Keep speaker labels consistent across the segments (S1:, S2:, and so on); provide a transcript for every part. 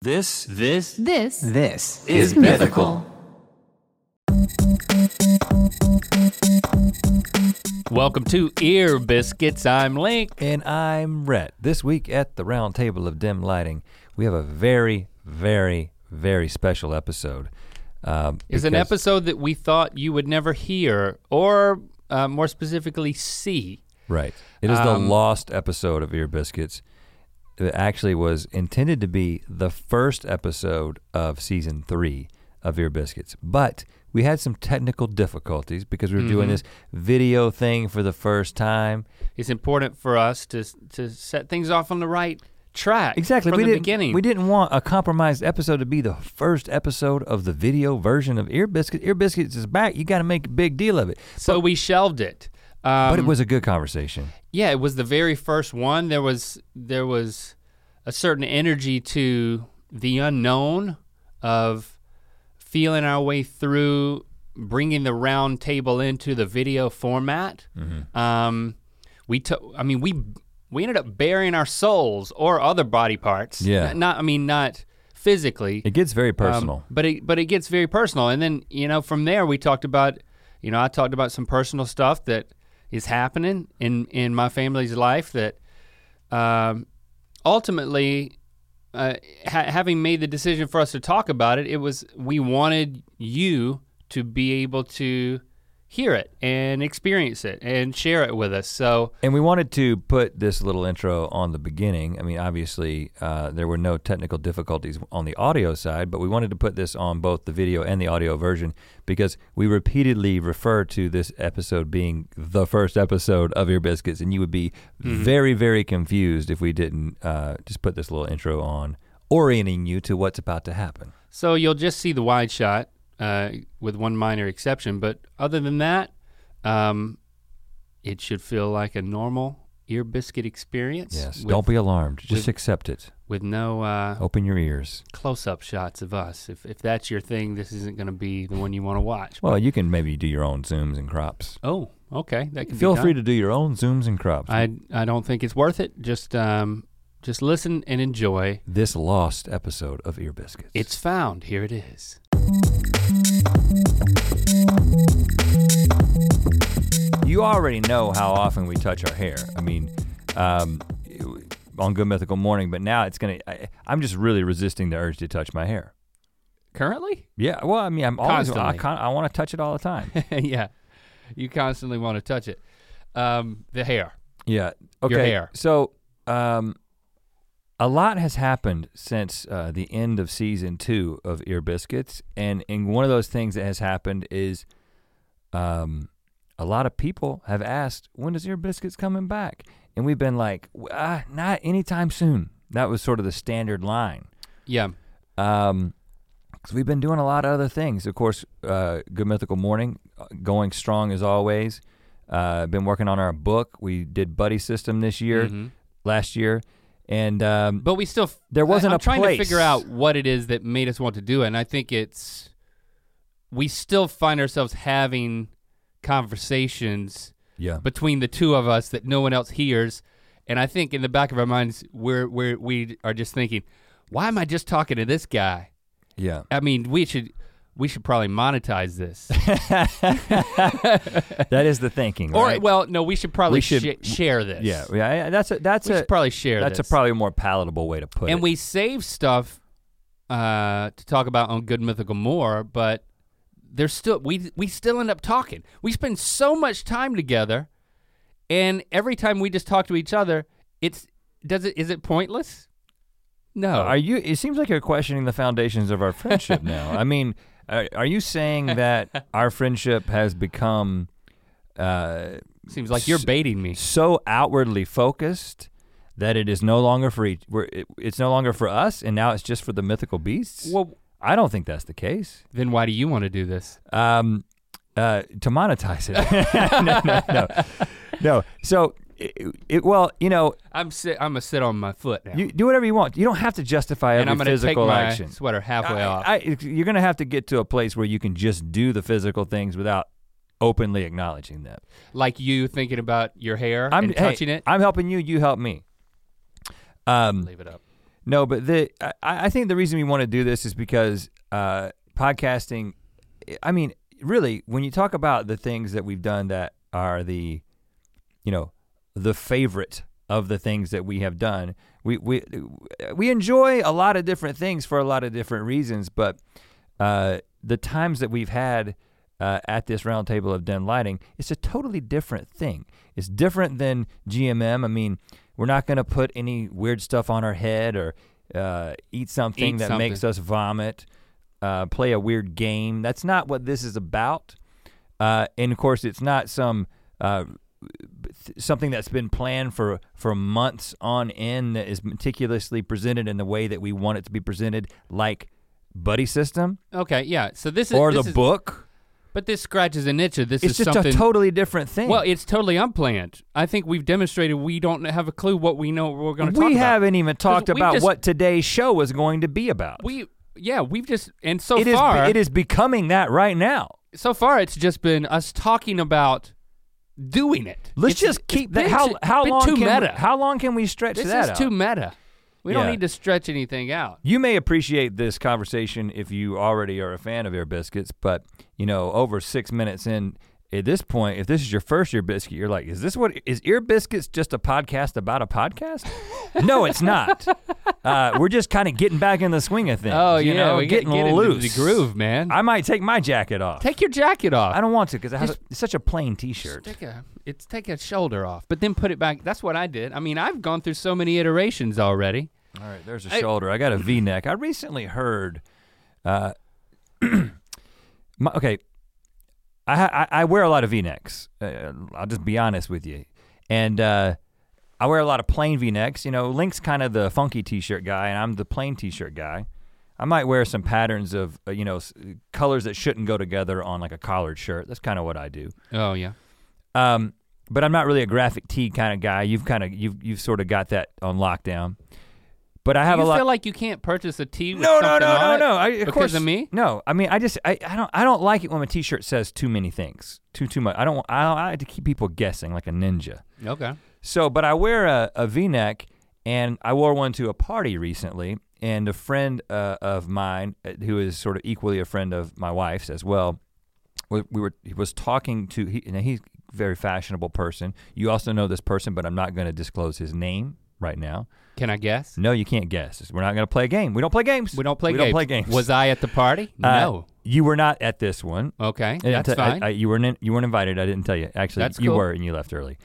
S1: This, this
S2: This
S3: This
S1: is mythical. Welcome to Ear Biscuits. I'm Link.
S3: And I'm Rhett. This week at the Round Table of Dim Lighting, we have a very, very, very special episode. Um,
S1: It's an
S3: because-
S1: episode that we thought you would never hear, or uh, more specifically, see.
S3: Right. It is the lost episode of Ear Biscuits. It actually was intended to be the first episode of season three of Ear Biscuits, but we had some technical difficulties because we were doing this video thing for the first time.
S1: It's important for us to to set things off on the right track.
S3: Exactly.
S1: from
S3: we
S1: the
S3: didn't,
S1: beginning.
S3: We didn't want a compromised episode to be the first episode of the video version of Ear Biscuits. Ear Biscuits is back. You got to make a big deal of it.
S1: so we shelved it. Um,
S3: But it was a good conversation.
S1: yeah, it was the very first one. There was there was a certain energy to the unknown of feeling our way through bringing the round table into the video format. Um, we took. I mean, we we ended up burying our souls or other body parts.
S3: Yeah.
S1: N- Not. I mean, not physically.
S3: It gets very
S1: Um,
S3: personal.
S1: but it but it gets very personal, and then you know from there we talked about, you know I talked about some personal stuff that is happening in in my family's life that, um, ultimately, uh, ha- having made the decision for us to talk about it, it was we wanted you to be able to hear it and experience it and share it with us. So
S3: And we wanted to put this little intro on the beginning. I mean, obviously, uh, there were no technical difficulties on the audio side, but we wanted to put this on both the video and the audio version because we repeatedly refer to this episode being the first episode of Ear Biscuits, and you would be
S1: Mm-hmm.
S3: very, very confused if we didn't uh, just put this little intro on, orienting you to what's about to happen.
S1: So you'll just see the wide shot, uh, with one minor exception. But other than that, um, it should feel like a normal ear biscuit experience.
S3: Yes.
S1: with,
S3: Don't be alarmed. Just
S1: with-
S3: accept it.
S1: with no uh,
S3: Open your ears.
S1: close-up shots of us. If if that's your thing, this isn't going to be the one you want to watch.
S3: Well, you can maybe do your own zooms and crops.
S1: Oh, okay, that can
S3: Feel
S1: be done.
S3: free to do your own zooms and crops.
S1: I I don't think it's worth it. Just um, just listen and enjoy.
S3: this lost episode of Ear Biscuits.
S1: It's found. Here it is.
S3: you already know how often we touch our hair. I mean, um, on Good Mythical Morning, but now it's gonna. I, I'm just really resisting the urge to touch my hair.
S1: Currently.
S3: Yeah, well, I mean, I'm always. I,
S1: Constantly.
S3: con- I want to touch it all the time.
S1: yeah, you constantly want to touch it. Um, the hair.
S3: yeah. Okay.
S1: hair.
S3: So, um, a lot has happened since uh, the end of season two of Ear Biscuits, and and one of those things that has happened is, um, a lot of people have asked, when is Ear Biscuits coming back? And we've been like, "W- uh, not anytime soon. That was sort of the standard line.
S1: Yeah.
S3: Um, because we've been doing a lot of other things. Of course, uh, Good Mythical Morning, uh, going strong as always. Uh, been working on our book. We did Buddy System this year,
S1: Mhm.
S3: last year, and um,
S1: But we still f-
S3: There wasn't
S1: I, I'm
S3: a
S1: trying
S3: place.
S1: to figure out what it is that made us want to do it, and I think it's we still find ourselves having conversations
S3: yeah,
S1: between the two of us that no one else hears, and I think in the back of our minds we're we are we are just thinking, why am I just talking to this guy?
S3: yeah.
S1: I mean, we should we should probably monetize this,
S3: That is the thinking,
S1: or
S3: right?
S1: well, no, we should probably
S3: We should-
S1: sha- share this.
S3: yeah, yeah. I- That's a that's
S1: we
S3: a
S1: should probably share.
S3: that's
S1: this.
S3: a probably more palatable way to put
S1: and
S3: it.
S1: we save stuff uh, to talk about on Good Mythical More, but there's still we we still end up talking. We spend so much time together, and every time we just talk to each other, it's does it is it pointless? No.
S3: are you? It seems like you're questioning the foundations of our friendship now. I mean, are, are you saying that our friendship has become? Uh,
S1: Seems like you're baiting me.
S3: so outwardly focused that it is no longer for each, we're, it, it's no longer for us, and now it's just for the mythical beasts.
S1: Well,
S3: I don't think that's the case.
S1: then why do you want to do this?
S3: Um, uh, to monetize it, no, no, no, no. So, it, it, well, you know,
S1: I'm sit, I'm gonna sit on my foot now,
S3: you do whatever you want. You don't have to justify every
S1: and I'm gonna take
S3: physical
S1: my
S3: action.
S1: sweater halfway
S3: I-
S1: off.
S3: I- you're gonna have to get to a place where you can just do the physical things without openly acknowledging them.
S1: like you thinking about your hair and
S3: hey,
S1: touching it.
S3: I'm helping you. You help me. Um,
S1: Leave it up.
S3: No, but the I, I think the reason we want to do this is because uh, podcasting. I mean, really, when you talk about the things that we've done that are the, you know, the favorite of the things that we have done, we we we enjoy a lot of different things for a lot of different reasons. But uh, the times that we've had. Uh, at this roundtable of den lighting, it's a totally different thing. It's different than GMM. I mean, we're not going to put any weird stuff on our head or uh, eat something
S1: Eat
S3: that
S1: something.
S3: makes us vomit, uh, play a weird game. That's not what this is about. Uh, and of course, it's not some uh, th- something that's been planned for for months on end that is meticulously presented in the way that we want it to be presented, like buddy system
S1: Okay, yeah. So this is
S3: or
S1: this
S3: the
S1: is-
S3: book.
S1: but this scratches an itch. Of this
S3: It's
S1: is
S3: just
S1: something.
S3: a totally different thing.
S1: well, it's totally unplanned. I think we've demonstrated we don't have a clue what we know we're going to talk
S3: we
S1: about.
S3: haven't even talked
S1: 'Cause we
S3: about
S1: just-
S3: what today's show was going to be about.
S1: We yeah, we've just and so
S3: It is.
S1: far
S3: it is becoming that right now.
S1: so far it's just been us talking about doing it.
S3: Let's
S1: It's-
S3: just
S1: it's
S3: keep
S1: been
S3: that. How
S1: too-
S3: how
S1: been
S3: long
S1: too
S3: can
S1: meta?
S3: We, how long can we stretch
S1: this
S3: that
S1: is
S3: out?
S1: too meta. We
S3: Yeah.
S1: don't need to stretch anything out.
S3: you may appreciate this conversation if you already are a fan of Air Biscuits, but you know, over six minutes in, at this point, if this is your first Ear Biscuit, you're like, is this what is Ear Biscuits just a podcast about a podcast? no, it's not. Uh, we're just kind of getting back in the swing of things.
S1: Oh
S3: you
S1: yeah,
S3: know,
S1: we get,
S3: getting
S1: get into
S3: loose,
S1: the groove, man.
S3: I might take my jacket off.
S1: Take your jacket off.
S3: I don't want to because I have a- it's such a plain T-shirt.
S1: Take a, it's take a shoulder off, but then put it back. That's what I did. I mean, I've gone through so many iterations already.
S3: All right, there's a
S1: I-
S3: shoulder. I got a V-neck. I recently heard, uh, my, okay, I, ha- I I wear a lot of V-necks. Uh, I'll just be honest with you, and uh, I wear a lot of plain V-necks. You know, Link's kind of the funky T-shirt guy, and I'm the plain T-shirt guy. I might wear some patterns of uh, you know s- colors that shouldn't go together on like a collared shirt. That's kind of what I do.
S1: Oh yeah.
S3: Um, but I'm not really a graphic tee kind of guy. You've kind of you've you've sort of got that on lockdown. But I have
S1: you
S3: a lot.
S1: feel like you can't purchase a tee with
S3: No, no,
S1: something
S3: no,
S1: on
S3: no,
S1: it
S3: no. I, of
S1: because
S3: course,
S1: of me?
S3: No, I mean, I just, I, I don't, I don't like it when my T-shirt says too many things, too, too much. I don't, I don't, I like to keep people guessing like a ninja.
S1: Okay.
S3: So, but I wear a, a V-neck, and I wore one to a party recently, and a friend uh, of mine, uh, who is sort of equally a friend of my wife's as well, we, we were he was talking to he, and he's a very fashionable person. You also know this person, but I'm not going to disclose his name right now.
S1: Can I guess?
S3: No, you can't guess. We're not going to play a game. We don't play games.
S1: We don't play
S3: we
S1: games.
S3: Don't play games.
S1: Was I at the party?
S3: Uh,
S1: no.
S3: You were not at this one.
S1: Okay.
S3: And I
S1: That's
S3: te- I-
S1: fine.
S3: I-
S1: I,
S3: you weren't in, you weren't invited. I didn't tell you. Actually,
S1: That's
S3: you
S1: cool.
S3: were and you left early.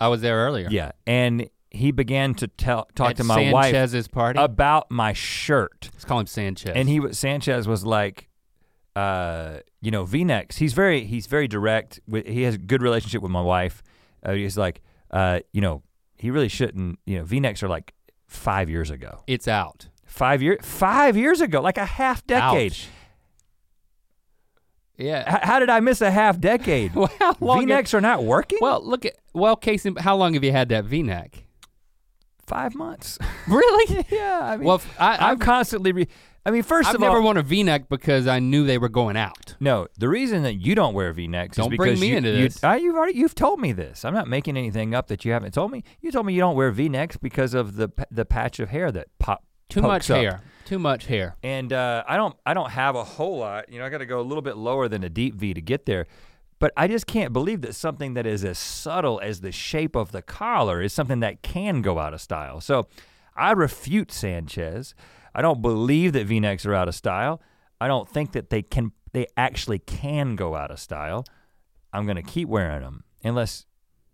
S1: was there earlier.
S3: Yeah. And he began to tell talk
S1: At
S3: to my wife
S1: Sanchez's party.
S3: about my shirt.
S1: Let's call him Sanchez.
S3: And he was Sanchez was like uh, you know, V-necks. He's very he's very direct. Wi- He has a good relationship with my wife. Uh, he's like uh, you know, he really shouldn't, you know, V-necks are like 5 years ago.
S1: it's out.
S3: 5 year 5 years ago, like a half decade.
S1: Ouch. Yeah.
S3: H- how did I miss a half decade?
S1: Well, how long have-
S3: V-necks are not working?
S1: well, look at well, Casey. How long have you had that V-neck?
S3: Five months.
S1: Really?
S3: yeah, I mean,
S1: well, f- I,
S3: I'm
S1: I've,
S3: constantly. Re- I mean, 1st
S1: I've
S3: of
S1: never
S3: all,
S1: worn a V-neck because I knew they were going out.
S3: no. The reason that you don't wear V-necks is
S1: Don't bring
S3: because
S1: me
S3: you,
S1: into
S3: you,
S1: this.
S3: I, you've already you've told me this. I'm not making anything up that you haven't told me. You told me you don't wear V-necks because of the p- the patch of hair that pop.
S1: Too
S3: pokes
S1: much
S3: up.
S1: hair. Too much hair.
S3: And uh, I don't I don't have a whole lot. You know, I got to go a little bit lower than a deep V to get there. But I just can't believe that something that is as subtle as the shape of the collar is something that can go out of style. So I refute Sanchez. I don't believe that V-necks are out of style. I don't think that they can they actually can go out of style. I'm going to keep wearing them unless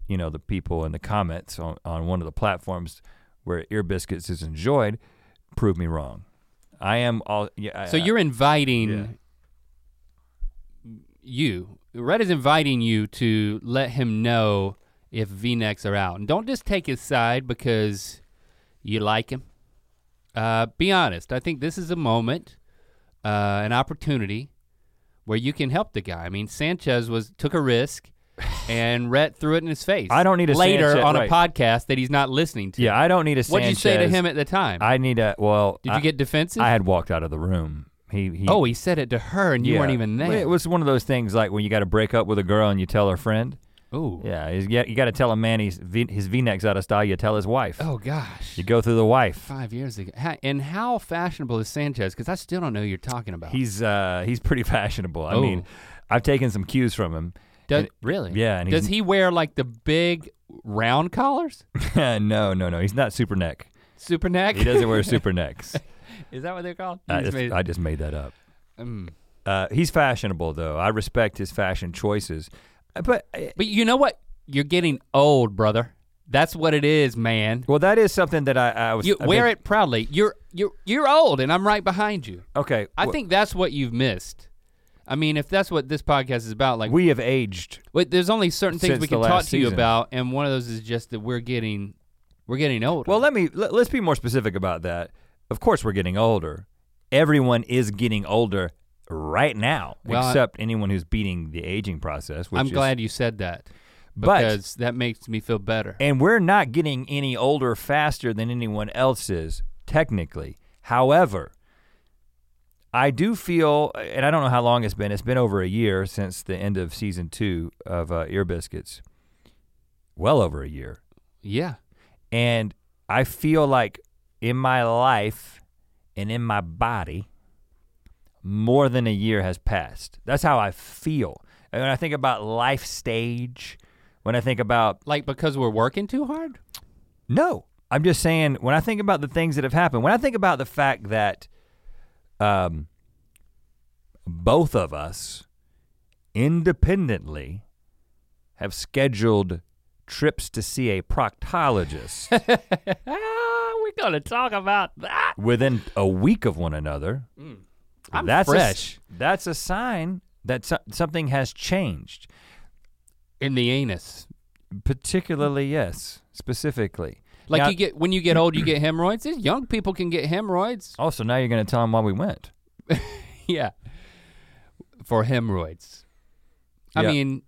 S3: you know the people in the comments on, on one of the platforms where ear biscuits is enjoyed prove me wrong. I am all yeah. I-
S1: So you're inviting
S3: Yeah.
S1: you. Red is inviting you to let him know if V-necks are out, and don't just take his side because you like him. Uh, be honest. I think this is a moment, uh, an opportunity, where you can help the guy. I mean, Sanchez was took a risk, and Rhett threw it in his face.
S3: I don't need a
S1: later
S3: Sanchez-
S1: on
S3: right.
S1: a podcast that he's not listening to.
S3: Yeah, I don't need a.
S1: What'd you say to
S3: Sanchez.
S1: him at the time?
S3: I need a. Well,
S1: Did you
S3: I,
S1: get defensive?
S3: I had walked out of the room. He. he
S1: oh, he said it to her, and you
S3: yeah.
S1: weren't even there.
S3: It was one of those things like when you got to break up with a girl and you tell her friend.
S1: Ooh.
S3: Yeah, he's, you got to tell a man he's v, his V-neck's out of style. You tell his wife.
S1: Oh gosh.
S3: You go through the wife.
S1: Five years ago. Ha- And how fashionable is Sanchez? Because I still don't know who you're talking about.
S3: He's uh he's pretty fashionable. I
S1: Oh.
S3: mean, I've taken some cues from him.
S1: Does, really?
S3: Yeah, and he's-
S1: Does he wear like the big round collars?
S3: no, no, no. He's not super neck.
S1: Super neck?
S3: He doesn't wear super necks.
S1: Is that what they're called?
S3: I
S1: You just
S3: just,
S1: made it-
S3: I just made that up.
S1: Mm.
S3: Uh, he's fashionable though. I respect his fashion choices. Uh, But uh,
S1: But you know what? You're getting old, brother. That's what it is, man.
S3: well, that is something that I, I was.
S1: You
S3: I've
S1: wear
S3: been-
S1: it proudly. You're you're you're old, and I'm right behind you.
S3: Okay,
S1: I
S3: wh-
S1: think that's what you've missed. I mean, if that's what this podcast is about, like,
S3: we have aged.
S1: wait, there's only certain things
S3: Since
S1: we
S3: the
S1: can talk
S3: last
S1: to you
S3: season.
S1: about, and one of those is just that we're getting, we're getting old.
S3: Well, let me let, let's be more specific about that. Of course, we're getting older. Everyone is getting older right now,
S1: Well, I-
S3: except anyone who's beating the aging process. Which
S1: I'm
S3: is,
S1: glad you said that
S3: but
S1: because that makes me feel better.
S3: and we're not getting any older faster than anyone else is technically. However, I do feel, and I don't know how long it's been. It's been over a year since the end of season two of uh, Ear Biscuits. Well over a year.
S1: yeah,
S3: And I feel like in my life and in my body, more than a year has passed. That's how I feel. And when I think about life stage, when I think about,
S1: like because we're working too hard.
S3: no, I'm just saying, when I think about the things that have happened, when I think about the fact that um, both of us independently have scheduled trips to see a proctologist.
S1: Ah, we're gonna talk about that.
S3: within a week of one another.
S1: I'm
S3: that's
S1: fresh.
S3: A, that's a sign that so- something has changed.
S1: in the anus.
S3: Particularly, yes, specifically.
S1: Like
S3: Now-
S1: you get when you get old, you get hemorrhoids. These young people can get hemorrhoids.
S3: Also, now you're going to tell them why we went.
S1: yeah. For hemorrhoids. I
S3: Yeah.
S1: mean,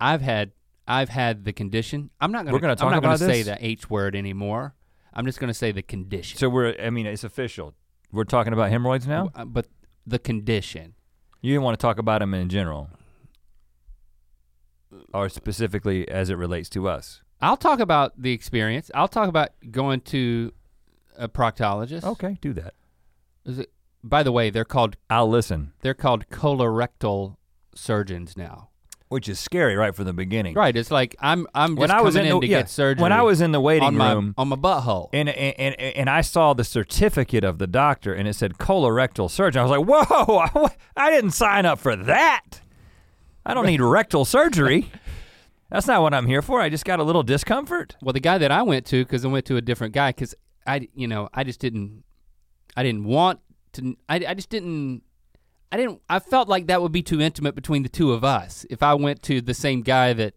S1: I've had I've had the condition. I'm not gonna.
S3: We're gonna
S1: I'm
S3: talk
S1: not gonna
S3: about
S1: say
S3: this?
S1: the H word anymore. I'm just gonna say the condition.
S3: So we're. I mean, it's official. We're talking about hemorrhoids now.
S1: Uh, But the condition.
S3: You didn't want to talk about them in general, or specifically as it relates to us.
S1: I'll talk about the experience. I'll talk about going to a proctologist.
S3: Okay, do that.
S1: Is it- by the way, they're called
S3: I'll listen.
S1: they're called colorectal surgeons now.
S3: Which is scary, right from the beginning.
S1: Right. It's like I'm I'm just
S3: When I was
S1: coming
S3: in,
S1: in,
S3: the
S1: to
S3: yeah,
S1: get surgery.
S3: when I was in the waiting
S1: on my
S3: room,
S1: on my butthole.
S3: and and, and and I saw the certificate of the doctor, and it said colorectal surgeon. I was like, "Whoa! I, I didn't sign up for that. I don't need rectal surgery. That's not what I'm here for. I just got a little discomfort.
S1: Well, the guy that I went to, because I went to a different guy, because I, you know, I just didn't, I didn't want to, I, I just didn't, I didn't, I felt like that would be too intimate between the two of us if I went to the same guy that,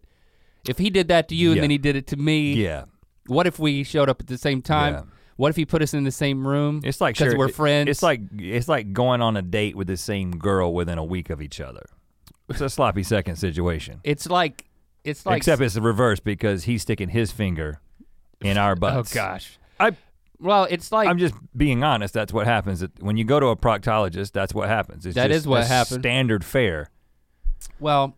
S1: if he did that to you
S3: Yeah.
S1: and then he did it to me,
S3: Yeah,
S1: what if we showed up at the same time?
S3: Yeah.
S1: What if he put us in the same room?
S3: it's like
S1: because
S3: sure,
S1: we're
S3: it-
S1: friends.
S3: It's like it's like going on a date with the same girl within a week of each other. It's a sloppy second situation.
S1: it's like, it's like,
S3: Except it's the reverse because he's sticking his finger in our
S1: oh
S3: butts.
S1: gosh.
S3: I
S1: Well, it's like,
S3: I'm just being honest. That's what happens It- when you go to a proctologist. That's what happens. It's
S1: That
S3: just
S1: is what
S3: a
S1: happened.
S3: Standard fare.
S1: well,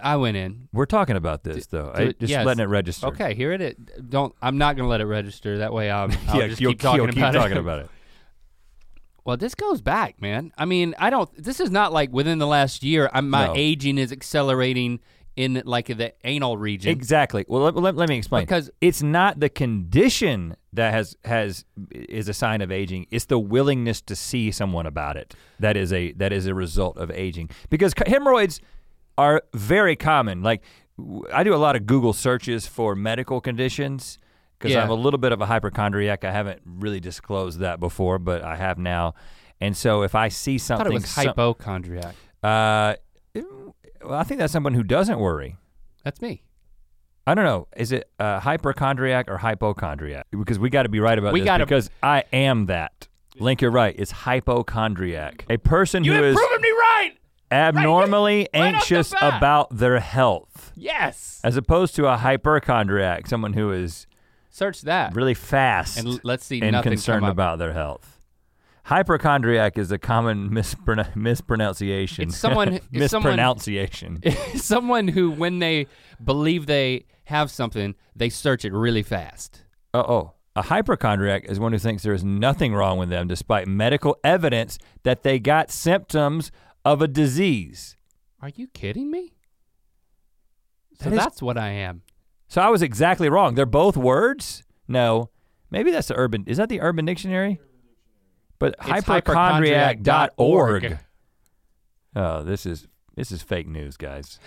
S1: I went in.
S3: We're talking about this though. I-
S1: do it-
S3: just
S1: yes.
S3: letting it register.
S1: Okay, here it is. Don't. I'm not gonna let it register. That way, I'll, I'll
S3: yeah,
S1: just
S3: you'll
S1: keep talking
S3: you'll
S1: about
S3: keep talking
S1: it.
S3: about it.
S1: Well, this goes back, man. I mean, I don't. This is not like within the last year. I'm, my
S3: No.
S1: aging is accelerating in like the anal region.
S3: Exactly. Well, let, let, let me explain.
S1: Because-
S3: it's not the condition that has has is a sign of aging. It's the willingness to see someone about it. That is a that is a result of aging. Because co- hemorrhoids are very common. Like w- I do a lot of Google searches for medical conditions because
S1: Yeah.
S3: I'm a little bit of a hypochondriac. I haven't really disclosed that before, but I have now. And so if I see
S1: I
S3: something,
S1: thought it was
S3: some-
S1: hypochondriac.
S3: uh, well, I think that's someone who doesn't worry.
S1: That's me.
S3: I don't know. Is it uh, hypochondriac or hypochondriac? Because we got to be right about
S1: We
S3: this.
S1: gotta-
S3: because I am that. Link, you're right. It's hypochondriac. A person who is
S1: me right.
S3: abnormally
S1: right off the
S3: anxious
S1: bat.
S3: about their health,
S1: Yes.
S3: as opposed to a hypochondriac, someone who is
S1: Search that
S3: really fast
S1: and l- let's see
S3: and
S1: nothing
S3: concerned
S1: come up.
S3: about their health. Hypochondriac is a common mispron- mispronunciation.
S1: It's someone- it's someone-
S3: mispronunciation.
S1: Someone who, when they believe they have something, they search it really fast.
S3: Uh oh. A hypochondriac is one who thinks there is nothing wrong with them despite medical evidence that they got symptoms of a disease.
S1: Are you kidding me? So
S3: That is-
S1: that's what I am.
S3: So I was exactly wrong. They're both words? No. Maybe that's the urban. Is that the urban dictionary? But
S1: It's
S3: hypochondriac.org.
S1: hypochondriac.org.
S3: Oh, this is this is fake news, guys.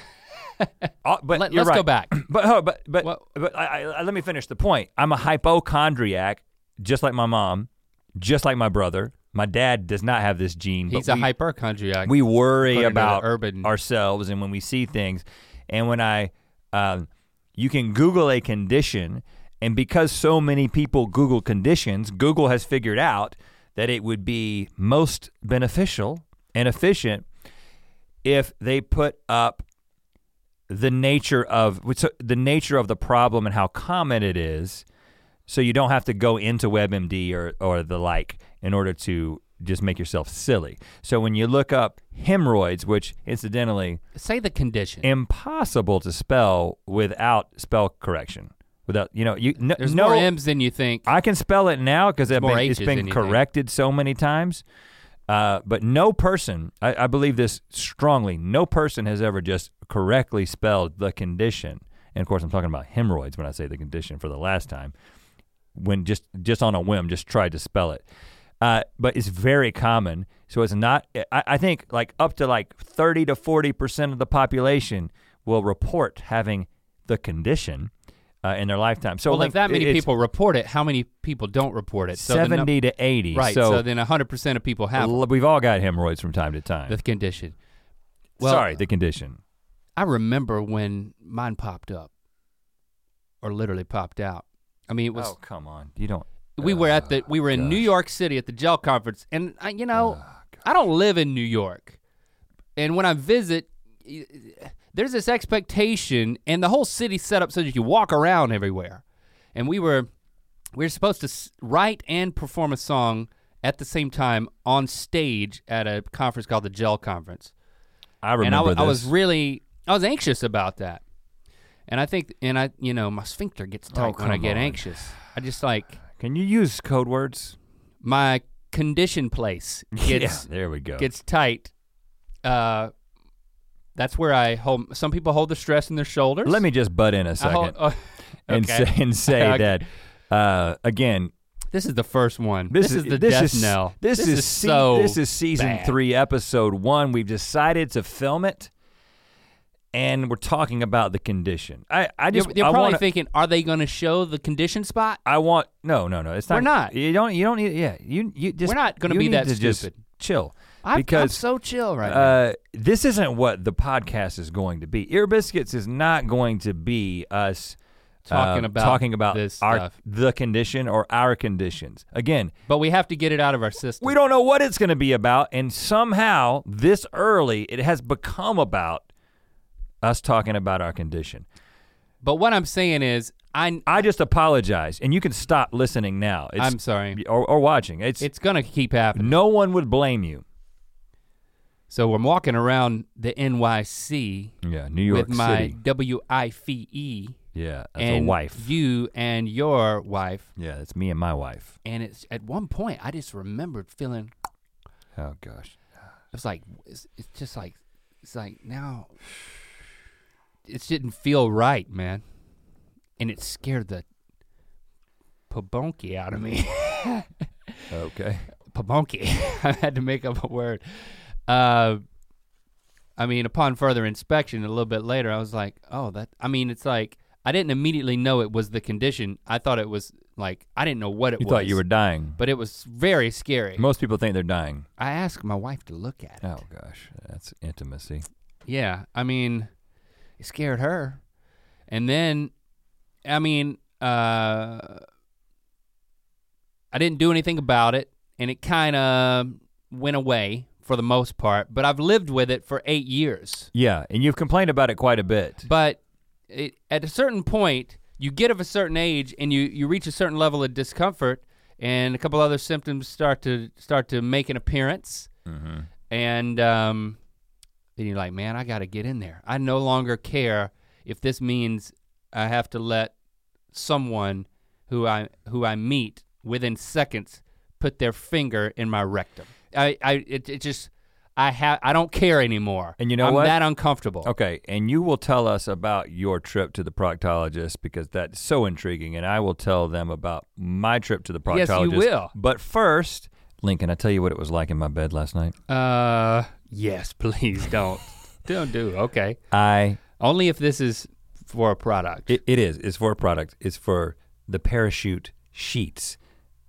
S3: Uh, but
S1: Let,
S3: you're
S1: us
S3: right.
S1: go back.
S3: But oh, but but,
S1: What-
S3: but I, I, I- let me finish the point. I'm a hypochondriac, just like my mom, just like my brother. My dad does not have this gene.
S1: He's
S3: but
S1: a
S3: we,
S1: hypochondriac.
S3: We worry
S1: according to the
S3: about
S1: urban.
S3: ourselves and when we see things, and when I, um, you can Google a condition, and because so many people Google conditions, Google has figured out that it would be most beneficial and efficient if they put up the nature of so the nature of the problem and how common it is so you don't have to go into webmd or or the like in order to just make yourself silly so when you look up hemorrhoids which incidentally
S1: Say the condition.
S3: impossible to spell without spell correction without you know you no,
S1: There's
S3: no
S1: more M's than you think.
S3: I can spell it now because it's
S1: more
S3: been, it's
S1: H's than
S3: been
S1: you
S3: corrected so many times. Uh, but no person, I, I believe this strongly, no person has ever just correctly spelled the condition. And of course, I'm talking about hemorrhoids when I say the condition for the last time. When just just on a whim, just tried to spell it. Uh, but it's very common, so it's not. I, I think like up to like 30 to 40 percent of the population will report having the condition uh, in their lifetime. So
S1: well,
S3: like
S1: if that many
S3: it's-
S1: people report it, how many people don't report it? So the num-
S3: 70 to 80.
S1: right. So,
S3: So,
S1: then 100% of people have
S3: l- we've all got hemorrhoids from time to time.
S1: the condition. Well,
S3: Sorry, the condition.
S1: I remember when mine popped up, or literally popped out. I mean, it was
S3: oh, come on. You don't.
S1: we were at the we were in New
S3: gosh. Ah,
S1: York City at the Gel Conference, and I, you know, I don't live in New York, and when I visit, y- there's this expectation, and the whole city's set up so that you walk around everywhere, and we were we were supposed to s- write and perform a song at the same time on stage at a conference called the Gel Conference,
S3: I remember
S1: and I, wa-
S3: this.
S1: I was really I was anxious about that, and I think and I you know my sphincter gets tight when I
S3: Oh, come
S1: get
S3: on.
S1: anxious. I just like
S3: Can you use code words?
S1: my condition place gets
S3: yeah, there we go.
S1: gets tight. Uh, that's where I hold. Some people hold the stress in their shoulders.
S3: Let me just butt in a
S1: I
S3: second
S1: hold- oh,
S3: and
S1: okay.
S3: say, and say
S1: Okay.
S3: that, uh, again,
S1: this is the first one.
S3: This,
S1: is, the
S3: this
S1: death
S3: is,
S1: knell.
S3: This, is, se-
S1: so.
S3: This is season
S1: bad.
S3: three, episode one. We've decided to film it, and we're talking about the condition. I, I
S1: You're,
S3: just
S1: you're
S3: I
S1: probably
S3: wanna,
S1: thinking, are they going to show the condition spot?
S3: I want no, no, no. It's not.
S1: We're not.
S3: You don't. You don't need. Yeah. You. You just.
S1: We're not gonna
S3: you
S1: be
S3: need
S1: that
S3: to just
S1: stupid.
S3: chill.
S1: I'm, I'm
S3: because
S1: so chill right now.
S3: uh, this isn't what the podcast is going to be. Ear biscuits is not going to be us uh,
S1: Talking about
S3: talking about
S1: this
S3: our
S1: stuff.
S3: the condition or our conditions. Again,
S1: But we have to get it out of our system.
S3: we don't know what it's going to be about, and somehow this early it has become about us talking about our condition.
S1: But what I'm saying is, I
S3: I just apologize, and you can stop listening now. It's,
S1: I'm sorry.
S3: or, or watching. It's,
S1: It's going to keep happening.
S3: no one would blame you. Mm-hmm.
S1: So I'm walking around the NYC
S3: Yeah, New York
S1: with my
S3: City.
S1: W I F E.
S3: Yeah, that's
S1: and
S3: a wife.
S1: You and your wife.
S3: yeah, that's me and my wife.
S1: And it's at one point I just remembered feeling
S3: Oh gosh.
S1: it's like it's, it's just like it's like now it didn't feel right, man. And it scared the pabonky out of me.
S3: Okay.
S1: pabonky. I had to make up a word. Uh, I mean, upon further inspection, a little bit later, I was like, "Oh, that." I mean, it's like I didn't immediately know it was the condition. I thought it was like I didn't know what it
S3: You
S1: was.
S3: thought you were dying.
S1: but it was very scary.
S3: Most people think they're dying.
S1: I asked my wife to look at it.
S3: Oh gosh, that's intimacy.
S1: Yeah, I mean, it scared her. And then, I mean, uh, I didn't do anything about it, and it kind of went away for the most part. But I've lived with it for eight years.
S3: Yeah, and you've complained about it quite a bit.
S1: But it, at a certain point, you get of a certain age, and you you reach a certain level of discomfort, and a couple other symptoms start to start to make an appearance,
S3: Mm-hmm.
S1: and um, then you're like, man, I got to get in there. I no longer care if this means I have to let someone who I who I meet within seconds put their finger in my rectum. I I it, it just I have I don't care anymore.
S3: And you know
S1: I'm
S3: what?
S1: that uncomfortable.
S3: Okay, and you will tell us about your trip to the proctologist because that's so intriguing, and I will tell them about my trip to the proctologist.
S1: Yes, you will.
S3: But first, Lincoln, I tell you what it was like in my bed last night.
S1: Uh, yes, please don't. don't do. Okay.
S3: I
S1: Only if this is for a product.
S3: It, it is. It's for a product. It's for the parachute sheets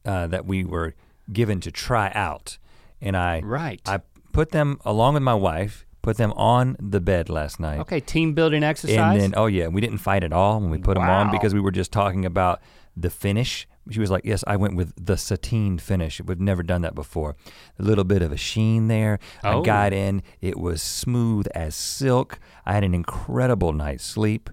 S3: uh, that we were given to try out, and I
S1: right.
S3: I put them along with my wife. Put them on the bed last night.
S1: okay, team building exercise.
S3: And then, oh yeah, we didn't fight at all when we put them on
S1: Wow.
S3: because we were just talking about the finish. She was like, "Yes, I went with the sateen finish. We've never done that before. A little bit of a sheen there.
S1: Oh.
S3: I got in. It was smooth as silk. I had an incredible night's sleep.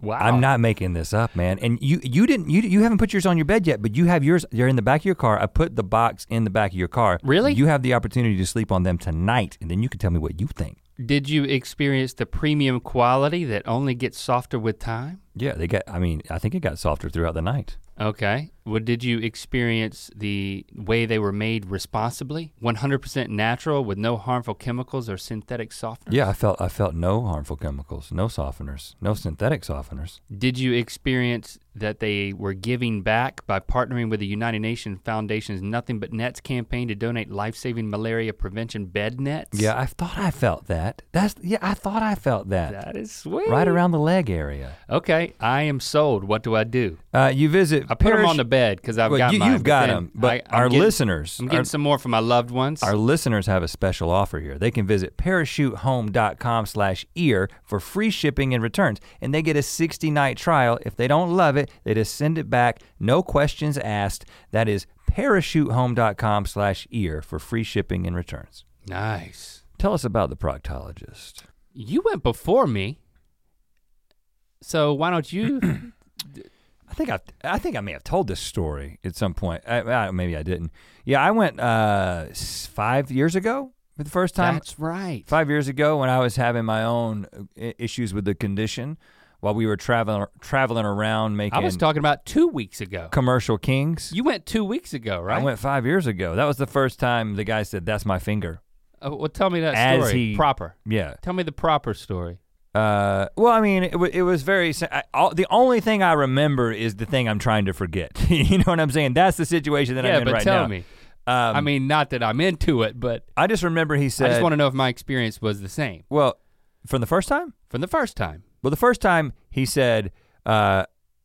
S1: wow.
S3: I'm not making this up, man. And you you didn't you you haven't put yours on your bed yet, but you have yours. They're in the back of your car. I put the box in the back of your car.
S1: Really?
S3: You have the opportunity to sleep on them tonight, and then you can tell me what you think.
S1: Did you experience the premium quality that only gets softer with time?
S3: Yeah, they got. I mean, I think it got softer throughout the night.
S1: Okay. Well, did you experience the way they were made responsibly? 100% natural with no harmful chemicals or synthetic softeners?
S3: Yeah, I felt I felt no harmful chemicals, no softeners, no synthetic softeners.
S1: Did you experience that they were giving back by partnering with the United Nations Foundation's Nothing But Nets campaign to donate life-saving malaria prevention bed nets?
S3: Yeah, I thought I felt that. That's yeah, I thought I felt that.
S1: That is sweet.
S3: Right around the leg area.
S1: Okay, I am sold. What do I do?
S3: Uh, you visit.
S1: I put them on the bed because I've
S3: Well,
S1: got
S3: you,
S1: mine.
S3: have got
S1: then
S3: them, but
S1: I- I'm
S3: our
S1: getting-
S3: listeners,
S1: I'm
S3: our
S1: getting some more for my loved ones.
S3: Our listeners have a special offer here. They can visit parachutehome.com slash ear for free shipping and returns, and they get a 60-night trial. If they don't love it, they just send it back, no questions asked. That is parachutehome.com slash ear for free shipping and returns.
S1: nice.
S3: Tell us about the proctologist.
S1: You went before me, so why don't you?
S3: I think I, I think I may have told this story at some point. I, I, maybe I didn't. Yeah, I went uh, s- five years ago for the first time.
S1: That's right.
S3: Five years ago, when I was having my own uh, i- issues with the condition, while we were traveling traveling around making
S1: I was talking about two weeks ago.
S3: commercial kings,
S1: You went two weeks ago, right?
S3: I went five years ago. That was the first time the guy said, "That's my finger."
S1: Uh, well, tell me that
S3: As
S1: story
S3: he-
S1: proper.
S3: Yeah.
S1: Tell me the proper story.
S3: Uh, well, I mean, it, wa- it was very. sa- I, all, the only thing I remember is the thing I'm trying to forget. you know what I'm saying? That's the situation that
S1: yeah,
S3: I'm in
S1: but
S3: right
S1: tell
S3: now.
S1: me.
S3: Um,
S1: I mean, not that I'm into it, but
S3: I just remember he said,
S1: I just want to know if my experience was the same
S3: "Well, from the first time."
S1: from the first time.
S3: Well, the first time he said, uh,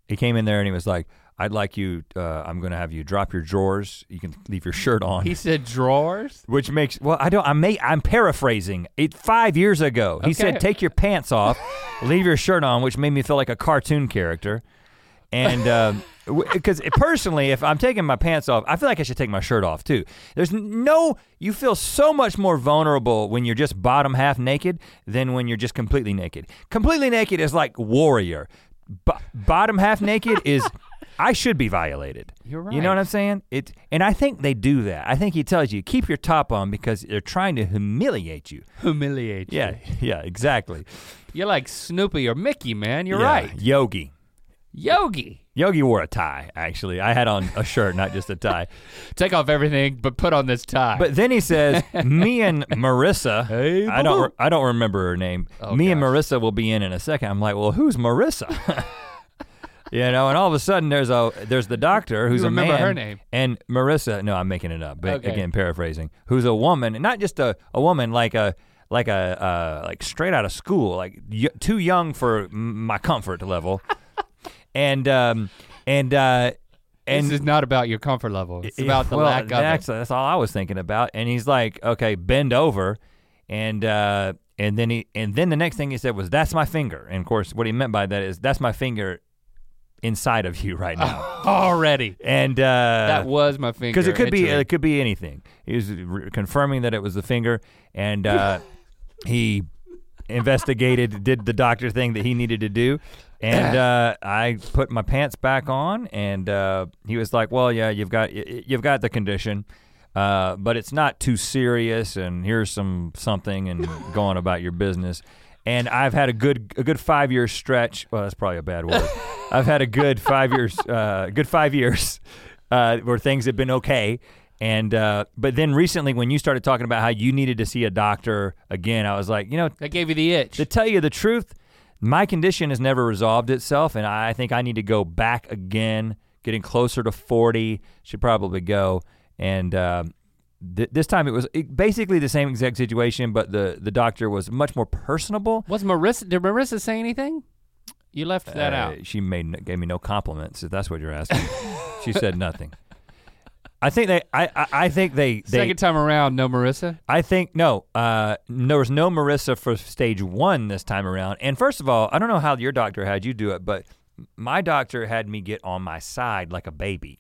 S3: he came in there and he was like, I'd like you, uh, I'm gonna have you drop your drawers. You can leave your shirt on.
S1: He said drawers.
S3: which makes well, I don't. I may. I'm paraphrasing. It five years ago. He
S1: Okay.
S3: said, "Take your pants off, leave your shirt on," which made me feel like a cartoon character. And because personally, if I'm taking my pants off, I feel like I should take my shirt off too. There's n- no. You feel so much more vulnerable when you're just bottom half naked than when you're just completely naked. Completely naked is like warrior. Bo- bottom half naked is. I should be violated.
S1: You're
S3: You know
S1: right.
S3: what I'm saying? It and I think they do that. I think he tells you keep your top on because they're trying to humiliate you.
S1: Humiliate.
S3: Yeah, yeah, exactly.
S1: You're like Snoopy or Mickey, man. You're
S3: Yeah,
S1: right.
S3: Yogi.
S1: Yogi.
S3: Yogi wore a tie actually. I had on a shirt, not just a tie.
S1: Take off everything, but put on this tie.
S3: But then he says, "Me and Marissa,
S1: Hey,
S3: I don't re- I don't remember her name.
S1: Oh,
S3: Me and Marissa will be in in a second. I'm like, "Well, who's Marissa?" you know, and all of a sudden there's a there's the doctor who's
S1: You
S3: a
S1: remember
S3: man
S1: her name.
S3: and Marissa, no, I'm making it up, but
S1: Okay.
S3: again paraphrasing, who's a woman, and not just a a woman like a like a uh, like straight out of school, like y- too young for m- my comfort level. and um and uh and
S1: this is not about your comfort level. It's
S3: yeah,
S1: about the
S3: well,
S1: lack of it.
S3: that's, That's all I was thinking about. And he's like, okay, bend over, and uh, and then he and then the next thing he said was, "That's my finger." And of course, what he meant by that is, "That's my finger inside of you right now."
S1: Already.
S3: and uh,
S1: that was my finger.
S3: because it could be
S1: entering.
S3: it could be anything. He was re- confirming that it was the finger, and uh, he investigated, did the doctor thing that he needed to do, and uh, I put my pants back on, and uh, he was like, "Well, yeah, you've got y- y- you've got the condition, uh, but it's not too serious, and here's some something, and go on about your business." And I've had a good a good five year stretch. Well, that's probably a bad word. I've had a good five years, uh, good five years, uh, where things have been okay. And uh, but then recently, when you started talking about how you needed to see a doctor again, I was like, you know,
S1: That gave you the itch.
S3: to tell you the truth, my condition has never resolved itself, and I think I need to go back again. Getting closer to forty, should probably go. And um th- this time it was it- basically the same exact situation, but the the doctor was much more personable.
S1: Was Marissa? Did Marissa say anything? You left that
S3: Uh,
S1: out.
S3: She made no- gave me no compliments. If that's what you're asking, she said nothing. I think they. I I, I think they. they
S1: Second time around, no Marissa.
S3: I think no. Uh, there was no Marissa for stage one this time around. And first of all, I don't know how your doctor had you do it, but my doctor had me get on my side like a baby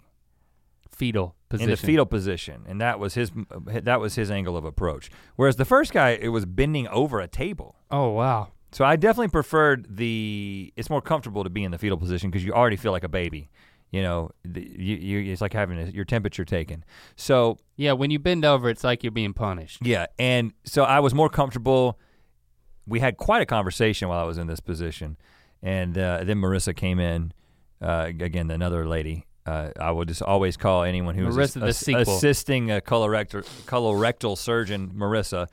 S1: Fetal position.
S3: in the fetal position, and that was his. That was his angle of approach. Whereas the first guy, it was bending over a table.
S1: Oh wow.
S3: So I definitely preferred the. It's more comfortable to be in the fetal position because you already feel like a baby. You know, the, you, you, it's like having a, your temperature taken. So
S1: Yeah, when you bend over, it's like you're being punished.
S3: yeah, and so I was more comfortable. We had quite a conversation while I was in this position, and uh, then Marissa came in. Uh, again, another lady. Uh, I will just always call anyone who was
S1: Marissa the sequel.
S3: assisting a colorectal colorectal surgeon, Marissa.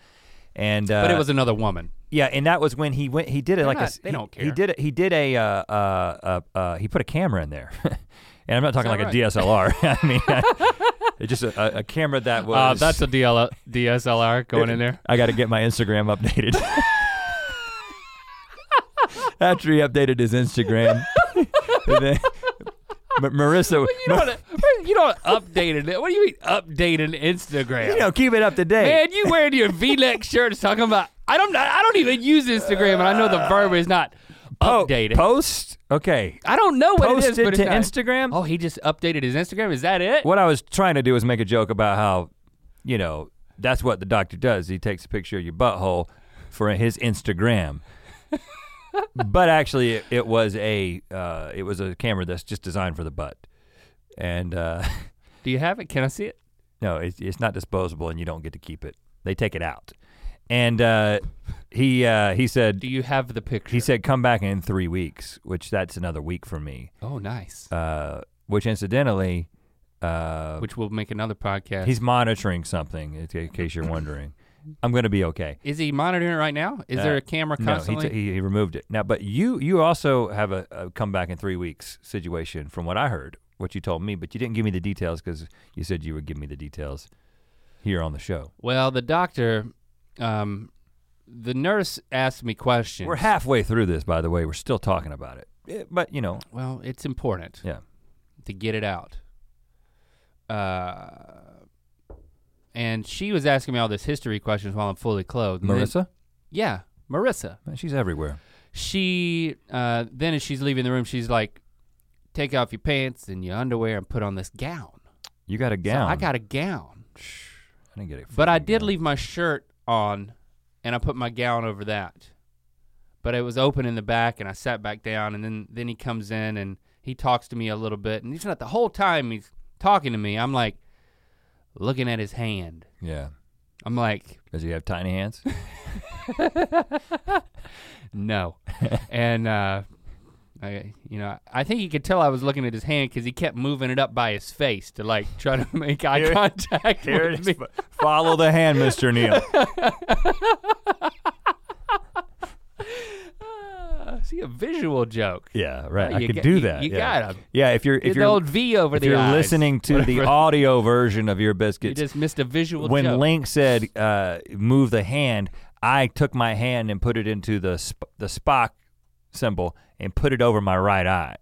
S3: And uh,
S1: But it was another woman.
S3: yeah, and that was when he went. He did it like
S1: not-
S3: a.
S1: they
S3: he,
S1: don't
S3: He
S1: care.
S3: did. A, he did a. Uh, uh, uh, uh, he put a camera in there, and I'm not talking like
S1: that
S3: a DSLR. I mean, it just a, a- a camera that was.
S1: Uh, that's a DL- DSLR going in there.
S3: I got to get my Instagram updated. After he updated his Instagram, and then, but Marissa,
S1: You don't, you don't update it. What do you mean update an Instagram?
S3: you know, keep it up to date.
S1: Man, you wearing your V-neck shirts talking about I don't I don't even use Instagram and I know the verb is not
S3: Po-
S1: updated.
S3: Post, okay.
S1: I don't know what it is,
S3: Posted
S1: but
S3: to
S1: it's not-
S3: Instagram.
S1: Oh, he just updated his Instagram. Is that it?
S3: what I was trying to do was make a joke about how, you know, that's what the doctor does. He takes a picture of your butthole for his Instagram. but actually, it, it was a uh, it was a camera that's just designed for the butt, and uh,
S1: Do you have it? Can I see it?
S3: no, it's, it's not disposable, and you don't get to keep it. They take it out, and uh, he uh, he said
S1: Do you have the picture?
S3: he said come back in three weeks, which that's another week for me.
S1: oh, nice.
S3: Uh, which incidentally, uh,
S1: Which will make another podcast.
S3: He's monitoring something, in ca- in case you're wondering. I'm gonna be okay.
S1: is he monitoring it right now? Is there
S3: Uh,
S1: a camera
S3: No, he,
S1: constantly?
S3: t- he, he removed it. Now, but you you also have a, a comeback in three weeks situation from what I heard, what you told me, but you didn't give me the details because you said you would give me the details here on the show.
S1: well, the doctor, um, the nurse asked me questions.
S3: We're halfway through this, by the way. We're still talking about it, Eh, but you know,
S1: well, it's important.
S3: yeah.
S1: to get it out. Uh, and she was asking me all this history questions while I'm fully clothed. And then-
S3: Marissa,
S1: yeah, Marissa.
S3: Man, she's everywhere.
S1: She uh, then as she's leaving the room, she's like, "Take off your pants and your underwear and put on this gown."
S3: You got a
S1: So
S3: gown.
S1: I got a gown,
S3: I didn't get it.
S1: but I did leave my shirt on, and I put my gown over that. But it was open in the back, and I sat back down, and then then he comes in and he talks to me a little bit, and he's not the whole time he's talking to me. I'm like looking at his hand.
S3: Yeah.
S1: I'm like,
S3: Does he have tiny hands?
S1: no. and uh, I, you know, I think he could tell I was looking at his hand because he kept moving it up by his face to like try to make eye
S3: Here-
S1: contact
S3: Here
S1: with
S3: it
S1: me.
S3: is. Follow the hand, Mr. Neal.
S1: Uh, see a visual joke.
S3: Yeah, right.
S1: Oh,
S3: I
S1: you
S3: could
S1: got-
S3: do
S1: you-
S3: that.
S1: you
S3: yeah.
S1: got 'em.
S3: Yeah, if you're if
S1: Get the
S3: you're
S1: old V over
S3: if
S1: the
S3: you're
S1: eyes.
S3: listening to the
S1: Whatever.
S3: audio version of your
S1: you
S3: biscuits,
S1: just missed a visual
S3: when
S1: joke.
S3: Link said uh, move the hand, I took my hand and put it into the sp- the Spock symbol and put it over my right eye.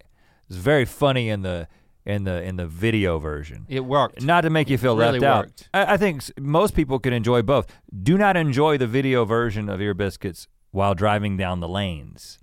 S3: It's very funny in the in the in the video version.
S1: it worked.
S3: Not to make you feel
S1: Really
S3: left
S1: worked.
S3: out. I, I think s- most people could enjoy both. Do not enjoy the video version of Ear Biscuits while driving down the lanes.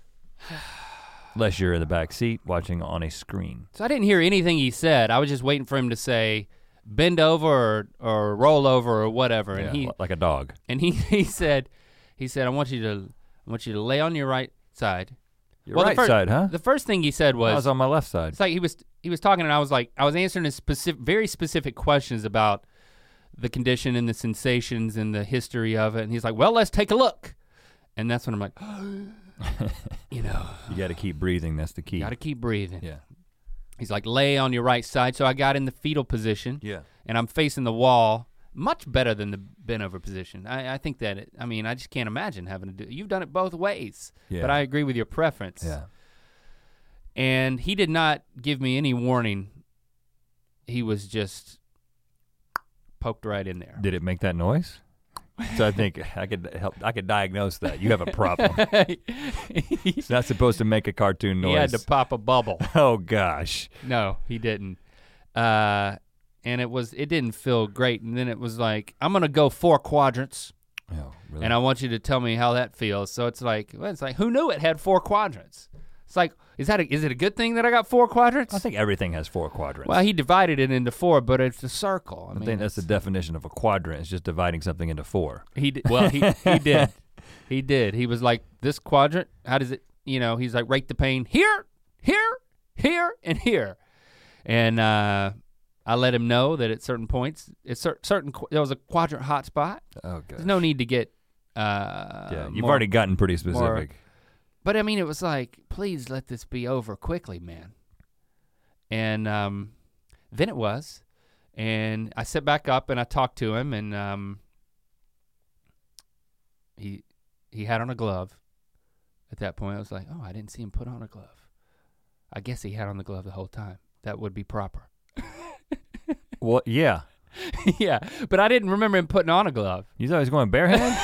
S3: Unless you're in the back seat watching on a screen.
S1: So I didn't hear anything he said. I was just waiting for him to say bend over or, or roll over or whatever.
S3: Yeah,
S1: And he
S3: li- like a dog.
S1: and he, he said, He said, "I want you to, I want you to lay on your right side."
S3: Your
S1: Well, the
S3: right
S1: fir-
S3: side, huh?
S1: The first thing he said
S3: I
S1: was,
S3: was on my left side.
S1: "It's like he was he was talking, and I was like, I was answering his specific, very specific questions about the condition and the sensations and the history of it." And he's like, "Well, let's take a look," and that's when I'm like, you know,
S3: You got to keep breathing. That's the key.
S1: gotta keep breathing.
S3: yeah.
S1: He's like, lay on your right side. So I got in the fetal position.
S3: Yeah.
S1: and I'm facing the wall much better than the bent over position. I, I think that it, I mean I just can't imagine having to do you've done it both ways.
S3: Yeah.
S1: But I agree with your preference.
S3: Yeah.
S1: And he did not give me any warning. He was just poked right in there.
S3: Did it make that noise? So I think I could help. I could diagnose that. You have a problem. it's not supposed to make a cartoon
S1: he had
S3: noise.
S1: to pop a bubble.
S3: oh gosh.
S1: no, he didn't. Uh and it was it didn't feel great and then it was like I'm going to go four quadrants.
S3: Oh, really?
S1: and I want you to tell me how that feels. So it's like, well, it's like, who knew it had four quadrants? It's like, is that a, is it a good thing that I got four quadrants?
S3: I think everything has four quadrants.
S1: well, he divided it into four, but it's a circle. I,
S3: I
S1: mean,
S3: think that's the definition of a quadrant. It's just dividing something into four.
S1: he did, well he he did, he did. He was like, this quadrant, how does it? You know, he's like, rate the pain here, here, here, and here, and uh, I let him know that at certain points, at cer- certain qu- there was a quadrant hot spot.
S3: Oh god.
S1: There's no need to get. Uh,
S3: yeah, you've
S1: more-
S3: already gotten pretty specific.
S1: But I mean, it was like, please let this be over quickly, man. And um, then it was, and I sit back up and I talked to him, and um, he he had on a glove. At that point, I was like, oh, I didn't see him put on a glove. I guess he had on the glove the whole time. That would be proper.
S3: Well, yeah.
S1: yeah, but I didn't remember him putting on a glove.
S3: You thought he was going barehanded?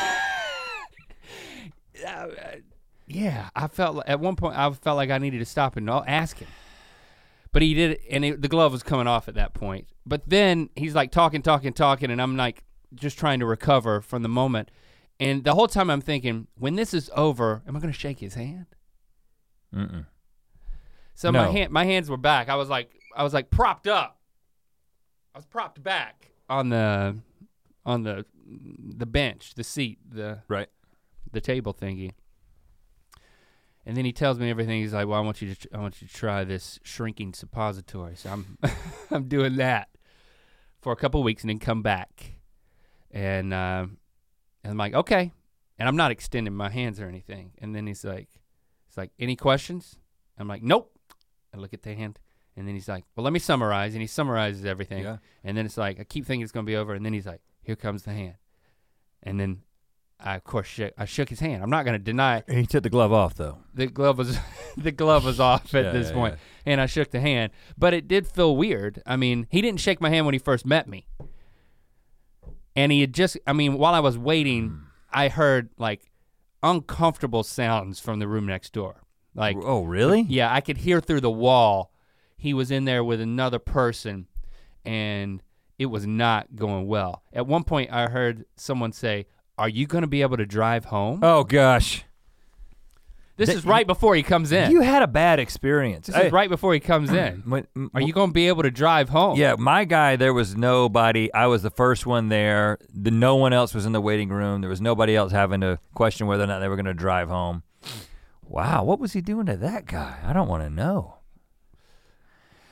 S1: Yeah, I felt like, at one point I felt like I needed to stop and uh, ask him, but he did, and it, the glove was coming off at that point. But then he's like talking, talking, talking, and I'm like just trying to recover from the moment, and the whole time I'm thinking, when this is over, am I gonna shake his hand?
S3: Mm-mm.
S1: So my
S3: No.
S1: hand, my hands were back. I was like, I was like propped up. I was propped back on the, on the, the bench, the seat, the
S3: Right.
S1: the table thingy. And then he tells me everything. He's like, "Well, I want you to, tr- I want you to try this shrinking suppository." So I'm, I'm doing that for a couple weeks, and then come back, and, um and I'm like, "Okay," and I'm not extending my hands or anything. And then he's like, "He's like, any questions?" I'm like, "Nope." I look at the hand, and then he's like, "Well, let me summarize," and he summarizes everything.
S3: Yeah.
S1: And then it's like I keep thinking it's gonna be over, and then he's like, "Here comes the hand," and then I of course shook, I shook his hand. I'm not gonna deny it.
S3: He took the glove off though.
S1: the glove was the glove was off at
S3: Yeah,
S1: this
S3: yeah,
S1: point. and I shook the hand, but it did feel weird. I mean, he didn't shake my hand when he first met me, and he had just I mean, while I was
S3: Hmm.
S1: waiting, I heard like uncomfortable sounds from the room next door, like
S3: oh, really?
S1: yeah, I could hear through the wall. He was in there with another person, and it was not going well. At one point, I heard someone say, "Are you going to be able to drive home?"
S3: Oh gosh.
S1: this
S3: that-
S1: is right before he comes in.
S3: You had a bad experience.
S1: this is right before he comes in.
S3: When- m-
S1: Are you going to be able to drive home?
S3: Yeah, my guy, there was nobody. I was the first one there. The, no one else was in the waiting room. There was nobody else having to question whether or not they were going to drive home. Wow, what was he doing to that guy? I don't want to know.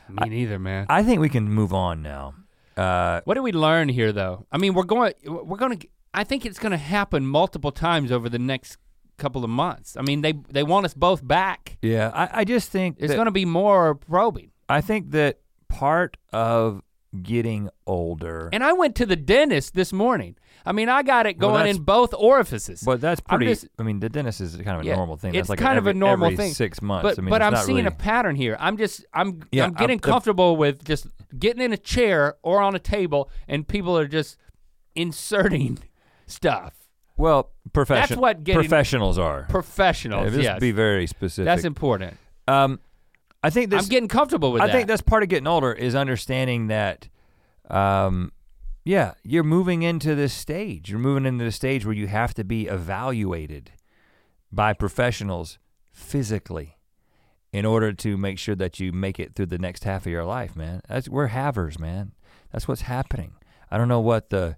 S1: me neither, man.
S3: I think we can move on now. Uh,
S1: what do we learn here, though? I mean, we're going. We're going to. I think it's going to happen multiple times over the next couple of months. I mean, they they want us both back.
S3: yeah, I, I just think
S1: It's
S3: that-
S1: going to be more probing.
S3: I think that part of getting older,
S1: And I went to the dentist this morning. I mean, I got it
S3: Well,
S1: going
S3: that's-
S1: in both orifices.
S3: but that's
S1: I'm
S3: pretty.
S1: just-
S3: I mean, the dentist is kind of a
S1: Yeah,
S3: normal thing.
S1: it's
S3: that's like
S1: kind of a
S3: every-
S1: normal
S3: every
S1: thing.
S3: Six months.
S1: but
S3: I mean,
S1: but
S3: it's
S1: I'm
S3: not
S1: seeing
S3: really,
S1: a pattern here. I'm just I'm
S3: Yeah,
S1: I'm getting
S3: I'm- the-
S1: comfortable with just getting in a chair or on a table and people are just inserting stuff.
S3: well, profession,
S1: what getting-
S3: professionals are.
S1: Professionals,
S3: just
S1: yes.
S3: be very specific.
S1: that's important.
S3: Um, I think this.
S1: I'm getting comfortable with
S3: I
S1: that.
S3: think that's part of getting older is understanding that, um, yeah, you're moving into this stage. You're moving into the stage where you have to be evaluated by professionals physically in order to make sure that you make it through the next half of your life, man. That's we're havers, man. That's what's happening. I don't know what the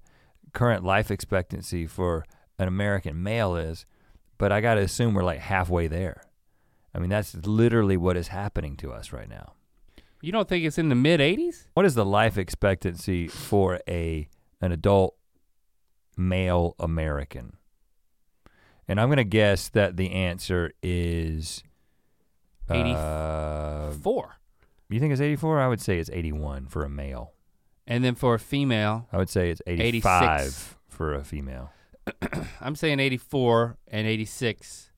S3: current life expectancy for an American male is, but I got to assume we're like halfway there. I mean, that's literally what is happening to us right now.
S1: You don't think it's in the mid 80s?
S3: What is the life expectancy for a an adult male American? And I'm gonna guess that the answer is. Uh,
S1: Four.
S3: you think it's 84? I would say it's 81 for a male.
S1: And then for a female,
S3: I would say it's 85 for a female.
S1: I'm saying 84 and 86.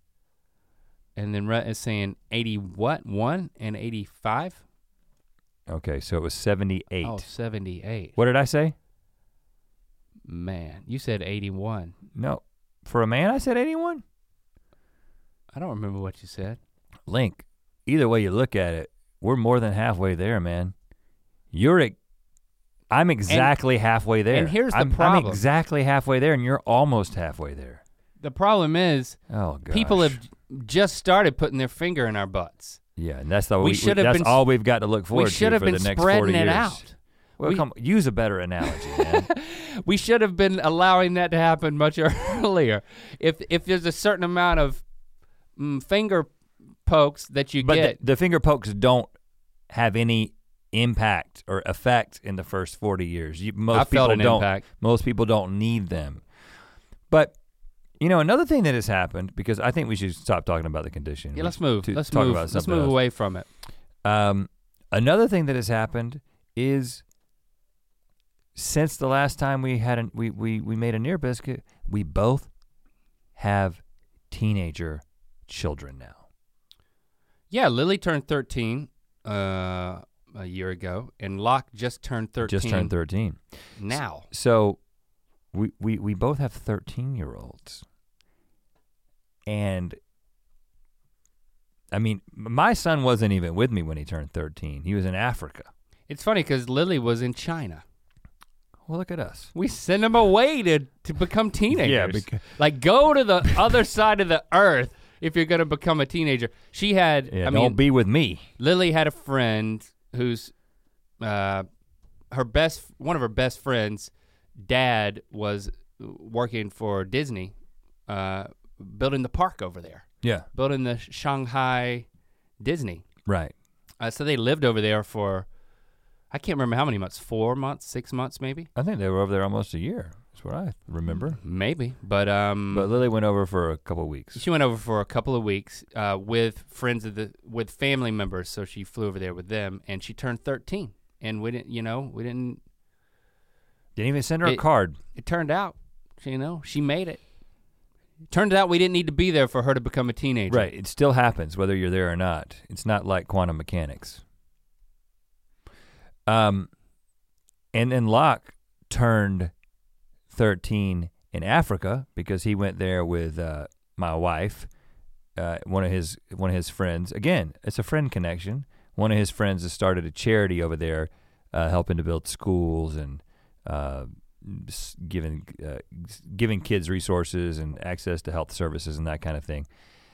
S1: And then Rhett is saying 80 what? One and 85?
S3: Okay, so it was 78.
S1: Oh, 78.
S3: What did I say?
S1: Man, you said 81.
S3: No, for a man, I said 81.
S1: I don't remember what you said.
S3: Link, either way you look at it, we're more than halfway there, man. You're at, I'm exactly halfway there.
S1: and here's the
S3: I'm, I'm
S1: problem.
S3: exactly halfway there, and you're almost halfway there.
S1: The problem is,
S3: Oh, gosh.
S1: people have just started putting their finger in our butts.
S3: Yeah, and that's the
S1: We
S3: we,
S1: should have
S3: that's
S1: been-
S3: all we've got to look forward
S1: we should
S3: to
S1: have
S3: for
S1: been
S3: the next 40
S1: spreading it
S3: years.
S1: out.
S3: Well,
S1: We-
S3: come use a better analogy, man.
S1: We should have been allowing that to happen much earlier. If if there's a certain amount of mm, finger pokes that you
S3: but
S1: get,
S3: the, the finger pokes don't have any impact or effect in the first 40 years. You, most
S1: I
S3: people
S1: felt an
S3: don't
S1: impact.
S3: most people don't need them. But you know, another thing that has happened because I think we should stop talking about the condition.
S1: Yeah,
S3: We
S1: let's
S3: should
S1: move.
S3: t-
S1: let's
S3: talk
S1: move.
S3: about
S1: let's
S3: something
S1: move
S3: else.
S1: away from it.
S3: Um, another thing that has happened is since the last time we had an, we, we we made a near biscuit, we both have teenager children now.
S1: Yeah, Lily turned 13 uh, a year ago, and Locke just turned 13.
S3: Just turned 13.
S1: now.
S3: So we we we both have 13-year-olds. And I mean, m- my son wasn't even with me when he turned 13. He was in Africa.
S1: It's funny because Lily was in China.
S3: Well, look at us.
S1: We send them away to to become teenagers.
S3: beca-
S1: like go to the other side of the earth if you're gonna become a teenager. She had.
S3: Yeah,
S1: I
S3: don't
S1: mean,
S3: be with me.
S1: Lily had a friend who's, uh, her best one of her best friends, dad was working for Disney, uh, building the park over there.
S3: Yeah.
S1: building the Sh- Shanghai Disney.
S3: Right.
S1: Uh, so they lived over there for, I can't remember how many months, four months, six months maybe?
S3: I think they were over there almost a year. That's what I remember.
S1: Maybe, but um,
S3: But Lily went over for a couple weeks.
S1: she went over for a couple of weeks uh, with friends of the, with family members. So she flew over there with them and she turned 13 and we didn't, you know, we didn't,
S3: Didn't even send her a
S1: It-
S3: card.
S1: it turned out, you know, she made it. Turned out we didn't need to be there for her to become a teenager.
S3: Right. It still happens whether you're there or not. It's not like quantum mechanics. Um, and then Locke turned 13 in Africa because he went there with uh, my wife, uh, one of his one of his friends. Again, it's a friend connection. One of his friends has started a charity over there, uh, helping to build schools and uh, s- giving uh, s- giving kids resources and access to health services and that kind of thing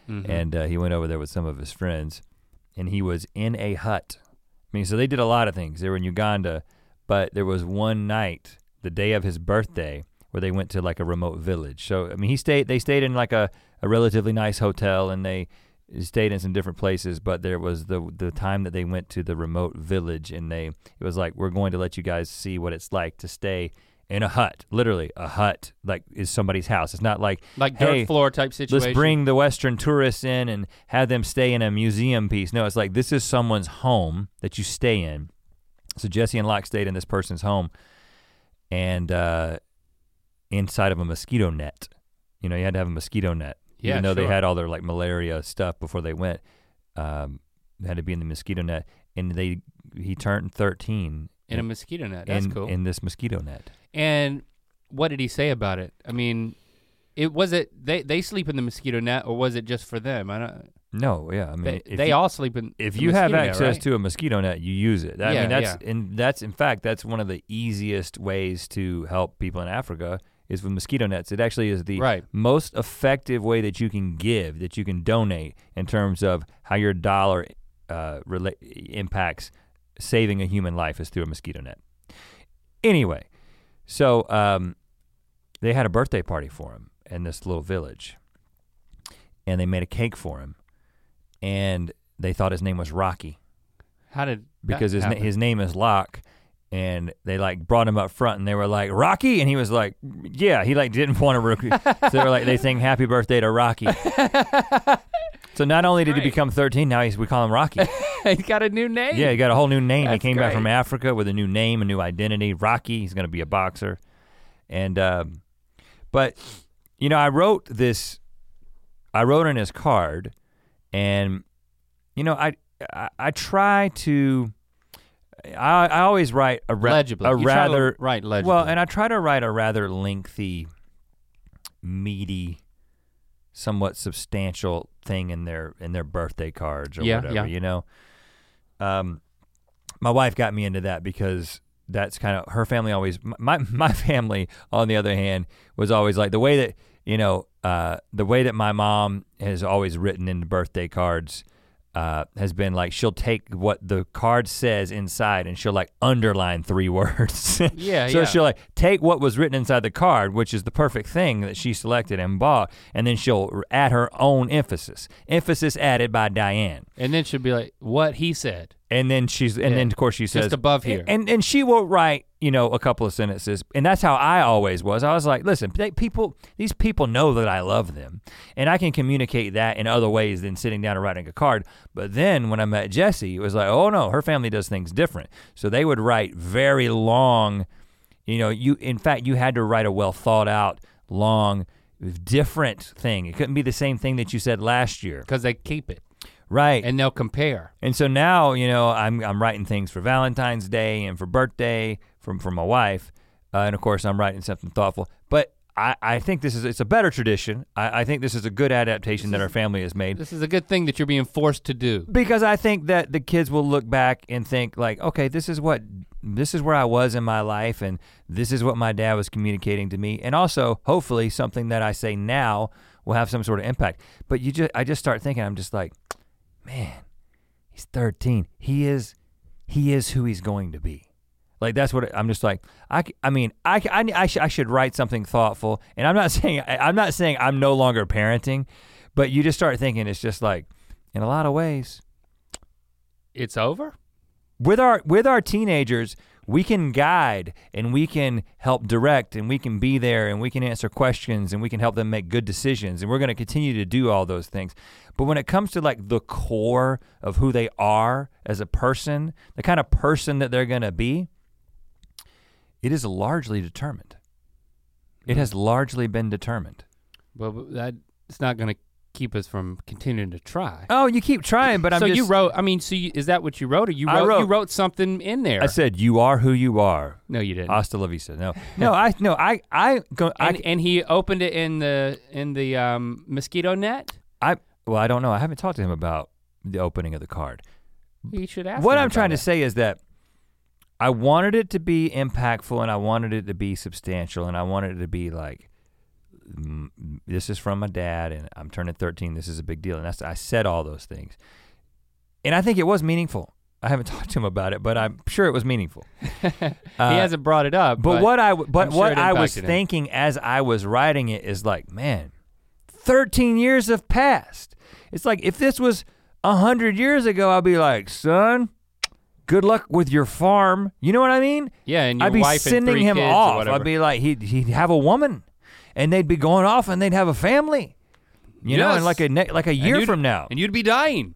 S1: Mhm.
S3: and uh, he went over there with some of his friends, and he was in a hut. I mean, so they did a lot of things. They were in Uganda, but there was one night, the day of his birthday, where they went to like a remote village. So I mean, he stayed. They stayed in like a, a relatively nice hotel, and they stayed in some different places. But there was the the time that they went to the remote village, and they it was like we're going to let you guys see what it's like to stay in a hut. Literally, a hut like is somebody's house. It's not like
S1: like
S3: hey,
S1: dirt floor type situation.
S3: Let's bring the Western tourists in and have them stay in a museum piece. No, it's like this is someone's home that you stay in. So Jesse and Locke stayed in this person's home, and uh, inside of a mosquito net. You know, you had to have a mosquito net.
S1: Yeah,
S3: even though they
S1: sure.
S3: had all their like malaria stuff before they went, um, they had to be in the mosquito net. And they he turned thirteen
S1: in a mosquito net. That's
S3: in,
S1: cool.
S3: in this mosquito net.
S1: And what did he say about it? I mean, it was it they they sleep in the mosquito net or was it just for them? I don't.
S3: No, yeah, I mean,
S1: they
S3: if
S1: they
S3: you-
S1: all sleep in.
S3: if
S1: the
S3: you have
S1: mosquito net,
S3: access
S1: right?
S3: to a mosquito net, you use it. I
S1: Yeah,
S3: mean, that's and that's in fact that's one of the easiest ways to help people in Africa is with mosquito nets. It actually is the
S1: Right.
S3: most effective way that you can give, that you can donate in terms of how your dollar uh, rela- impacts saving a human life is through a mosquito net. Anyway, so um, they had a birthday party for him, in this little village. And they made a cake for him. And they thought his name was Rocky
S1: How did
S3: because
S1: that
S3: his, na-
S1: happen?
S3: his name is Locke. And they like brought him up front and they were like, Rocky? And he was like, yeah, he like didn't want to. Rec- so they were like, they sing happy birthday to Rocky. so not only did he
S1: great.
S3: become 13, now he's, we call him Rocky.
S1: he got a new name.
S3: Yeah, he got a whole new name. he
S1: That's
S3: came back
S1: great.
S3: from Africa with a new name, a new identity. Rocky, he's going to be a boxer. And, um, but, you know, I wrote this, I wrote in his card, and, you know, I, I, I try to, I, I always write a, ra-
S1: legibly.
S3: a
S1: You try to
S3: rather,
S1: right legibly.
S3: well, and I try to write a rather lengthy, meaty, somewhat substantial thing in their in their birthday cards or
S1: Yeah,
S3: whatever,
S1: yeah.
S3: you know. Um my wife got me into that because that's kind of her family always my my family on the other hand was always like the way that you know uh the way that my mom has always written in the birthday cards uh, has been like she'll take what the card says inside and she'll like underline three words.
S1: Yeah,
S3: so
S1: yeah.
S3: she'll like take what was written inside the card, which is the perfect thing that she selected and bought, and then she'll r- add her own emphasis. Emphasis added by Diane.
S1: and then should be like what he said.
S3: And then she's and
S1: Yeah.
S3: then of course she says
S1: Just above here.
S3: And and she will write, you know, a couple of sentences. And that's how I always was. I was like, listen, they, people these people know that I love them. And I can communicate that in other ways than sitting down and writing a card. But then when I met Jessie, it was like, oh no, her family does things different. So they would write very long, you know, you in fact you had to write a well thought out, long, different thing. It couldn't be the same thing that you said last year.
S1: Because they keep it
S3: Right.
S1: and they'll compare.
S3: And so now, you know, I'm I'm writing things for Valentine's Day and for birthday from for my wife, uh, and of course I'm writing something thoughtful. But I, I think this is it's a better tradition. I, I think this is a good adaptation that our family has made
S1: This is a good thing that you're being forced to do.
S3: because I think that the kids will look back and think like, okay, this is what this is where I was in my life, and this is what my dad was communicating to me, and also hopefully something that I say now will have some sort of impact. But you just, I just start thinking, I'm just like, man, he's 13. He is, he is who he's going to be. Like that's what I'm just like. I, c- I mean, I, c- I, I, sh- I should write something thoughtful, and I'm not saying I, I'm not saying I'm no longer parenting, but you just start thinking it's just like, in a lot of ways,
S1: It's over?
S3: with our with our teenagers we can guide and we can help direct and we can be there and we can answer questions and we can help them make good decisions and we're going to continue to do all those things but when it comes to like the core of who they are as a person the kind of person that they're going to be it is largely determined it has largely been determined
S1: Well but that it's not gonna keep us from continuing to try.
S3: oh you keep trying but i'm
S1: so
S3: just
S1: you wrote I mean, so you, is that what you wrote or you
S3: I
S1: wrote, you
S3: wrote-
S1: wrote something in there?
S3: i said you are who you are
S1: no you didn't.
S3: hasta la vista no no i no i i go i
S1: and, and he opened it in the in the um, mosquito net.
S3: I well, I don't know. I haven't talked to him about the opening of the card.
S1: He should ask.
S3: what
S1: him
S3: I'm
S1: about
S3: trying
S1: it.
S3: to say is that I wanted it to be impactful and I wanted it to be substantial and I wanted it to be like mm, this is from my dad and I'm turning 13. This is a big deal and that's I said all those things. And I think it was meaningful. I haven't talked to him about it, but I'm sure it was meaningful.
S1: he
S3: Uh,
S1: hasn't brought it up.
S3: but, what I w- but
S1: I'm sure
S3: what
S1: it
S3: I was
S1: impacted him.
S3: thinking as I was writing it is like, man, 13 years have passed. It's like if this was 100 years ago, I'd be like, son, good luck with your farm. You know what I mean?
S1: Yeah, and your
S3: I'd be
S1: wife and
S3: sending
S1: three
S3: him
S1: kids or
S3: off.
S1: whatever.
S3: I'd be like, he'd, he'd have a woman and they'd be going off and they'd have a family. You know,
S1: Yes.
S3: and like a ne- like a
S1: And
S3: year
S1: you'd-
S3: from now,
S1: and you'd be dying.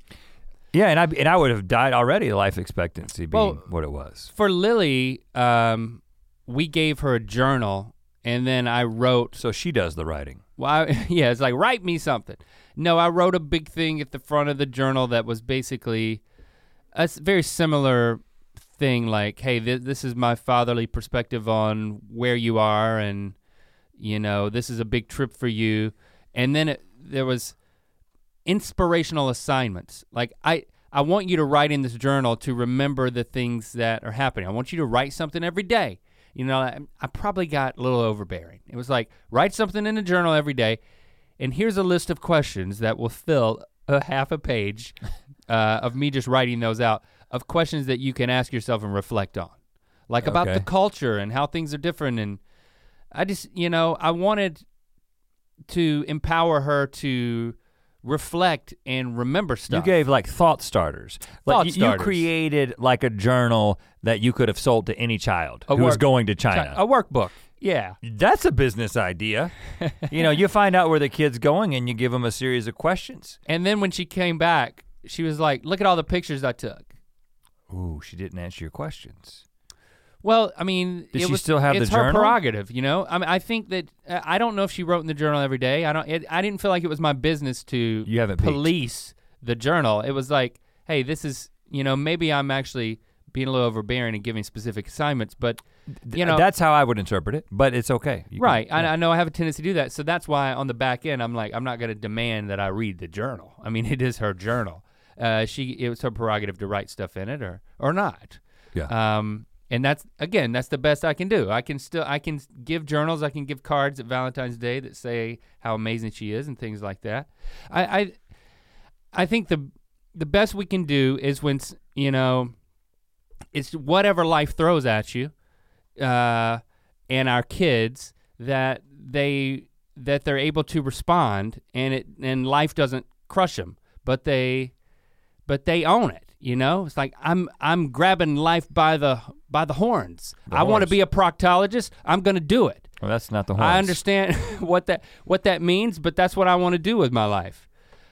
S3: yeah, and I and I would have died already. Life expectancy being
S1: Well-
S3: what it was.
S1: For Lily, um, we gave her a journal, and then I wrote.
S3: So she does the writing.
S1: Well, I, yeah, it's like write me something. No, I wrote a big thing at the front of the journal that was basically a s- very similar thing. Like, hey, th- this is my fatherly perspective on where you are, and you know, this is a big trip for you. And then it, there was inspirational assignments. Like I I want you to write in this journal to remember the things that are happening. I want you to write something every day. You know, I, I probably got a little overbearing. It was like write something in a journal every day, and here's a list of questions that will fill a half a page uh, of me just writing those out of questions that you can ask yourself and reflect on, like about
S3: Okay.
S1: the culture and how things are different. And I just, you know, I wanted to empower her to reflect and remember
S3: You
S1: stuff.
S3: gave like thought starters. Like
S1: Thought
S3: you,
S1: starters.
S3: you created like a journal that you could have sold to any child
S1: A
S3: who was
S1: work-
S3: going to China.
S1: a workbook. oh, Yeah.
S3: That's a business idea. you know, you find out where the kid's going and you give them a series of questions.
S1: And then when she came back, she was like, "Look at all the pictures I took."
S3: Ooh, she didn't answer your questions.
S1: Well, I mean,
S3: Did
S1: it
S3: she
S1: was-
S3: still have the
S1: it's her
S3: journal?
S1: prerogative, you know. I mean, I think that uh, I don't know if she wrote in the journal every day. I don't. It, I didn't feel like it was my business to
S3: You haven't peeked.
S1: police the journal. It was like, hey, this is you know maybe I'm actually being a little overbearing and giving specific assignments, but
S3: Th-
S1: you know
S3: that's how I would interpret it, but it's okay. You can-
S1: right. I, I know I have a tendency to do that, so that's why on the back end I'm like I'm not going to demand that I read the journal. I mean, it is her journal. Uh, she it was her prerogative to write stuff in it or or not.
S3: yeah.
S1: Um, and that's again, that's the best I can do. I can still I can give journals, I can give cards at Valentine's Day that say how amazing she is and things like that. I I, I think the the best we can do is when s- you know, it's whatever life throws at you, uh, and our kids that they that they're able to respond and it and life doesn't crush them, but they but they own it. You know, it's like I'm I'm grabbing life by the by the horns.
S3: The
S1: I want to
S3: horns.
S1: be a proctologist. I'm going to do it.
S3: well, that's not the whole.
S1: I understand what that what that means, but that's what I want to do with my life.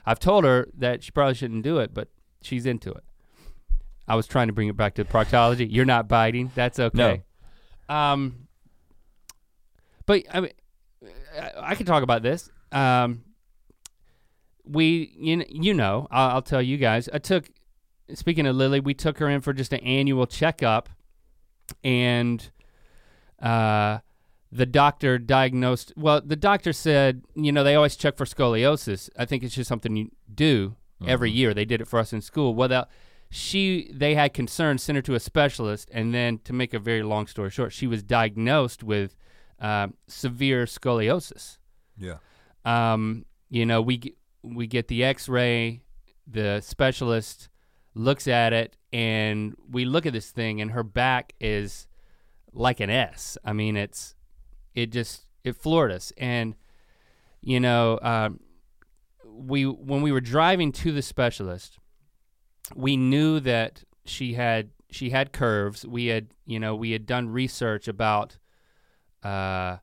S1: I've told her that she probably shouldn't do it, but she's into it. I was trying to bring it back to proctology. You're not biting. That's okay. Um, but I mean, I, I can talk about this. Um, we you know, you know I'll, I'll tell you guys. I took speaking of Lily, we took her in for just an annual checkup, and uh, the doctor diagnosed. Well, the doctor said, you know, they always check for scoliosis. I think it's just something you do every year. They did it for us in school. Without she, they had concerns, sent her to a specialist, and then to make a very long story short, she was diagnosed with uh, severe scoliosis
S3: Yeah.
S1: um, you know, we g- we get the X-ray, the specialist looks at it, and we look at this thing, and her back is like an S. I mean, it's it just it floored us, and you know, um, we when we were driving to the specialist, we knew that she had she had curves. We had you know we had done research about. Uh,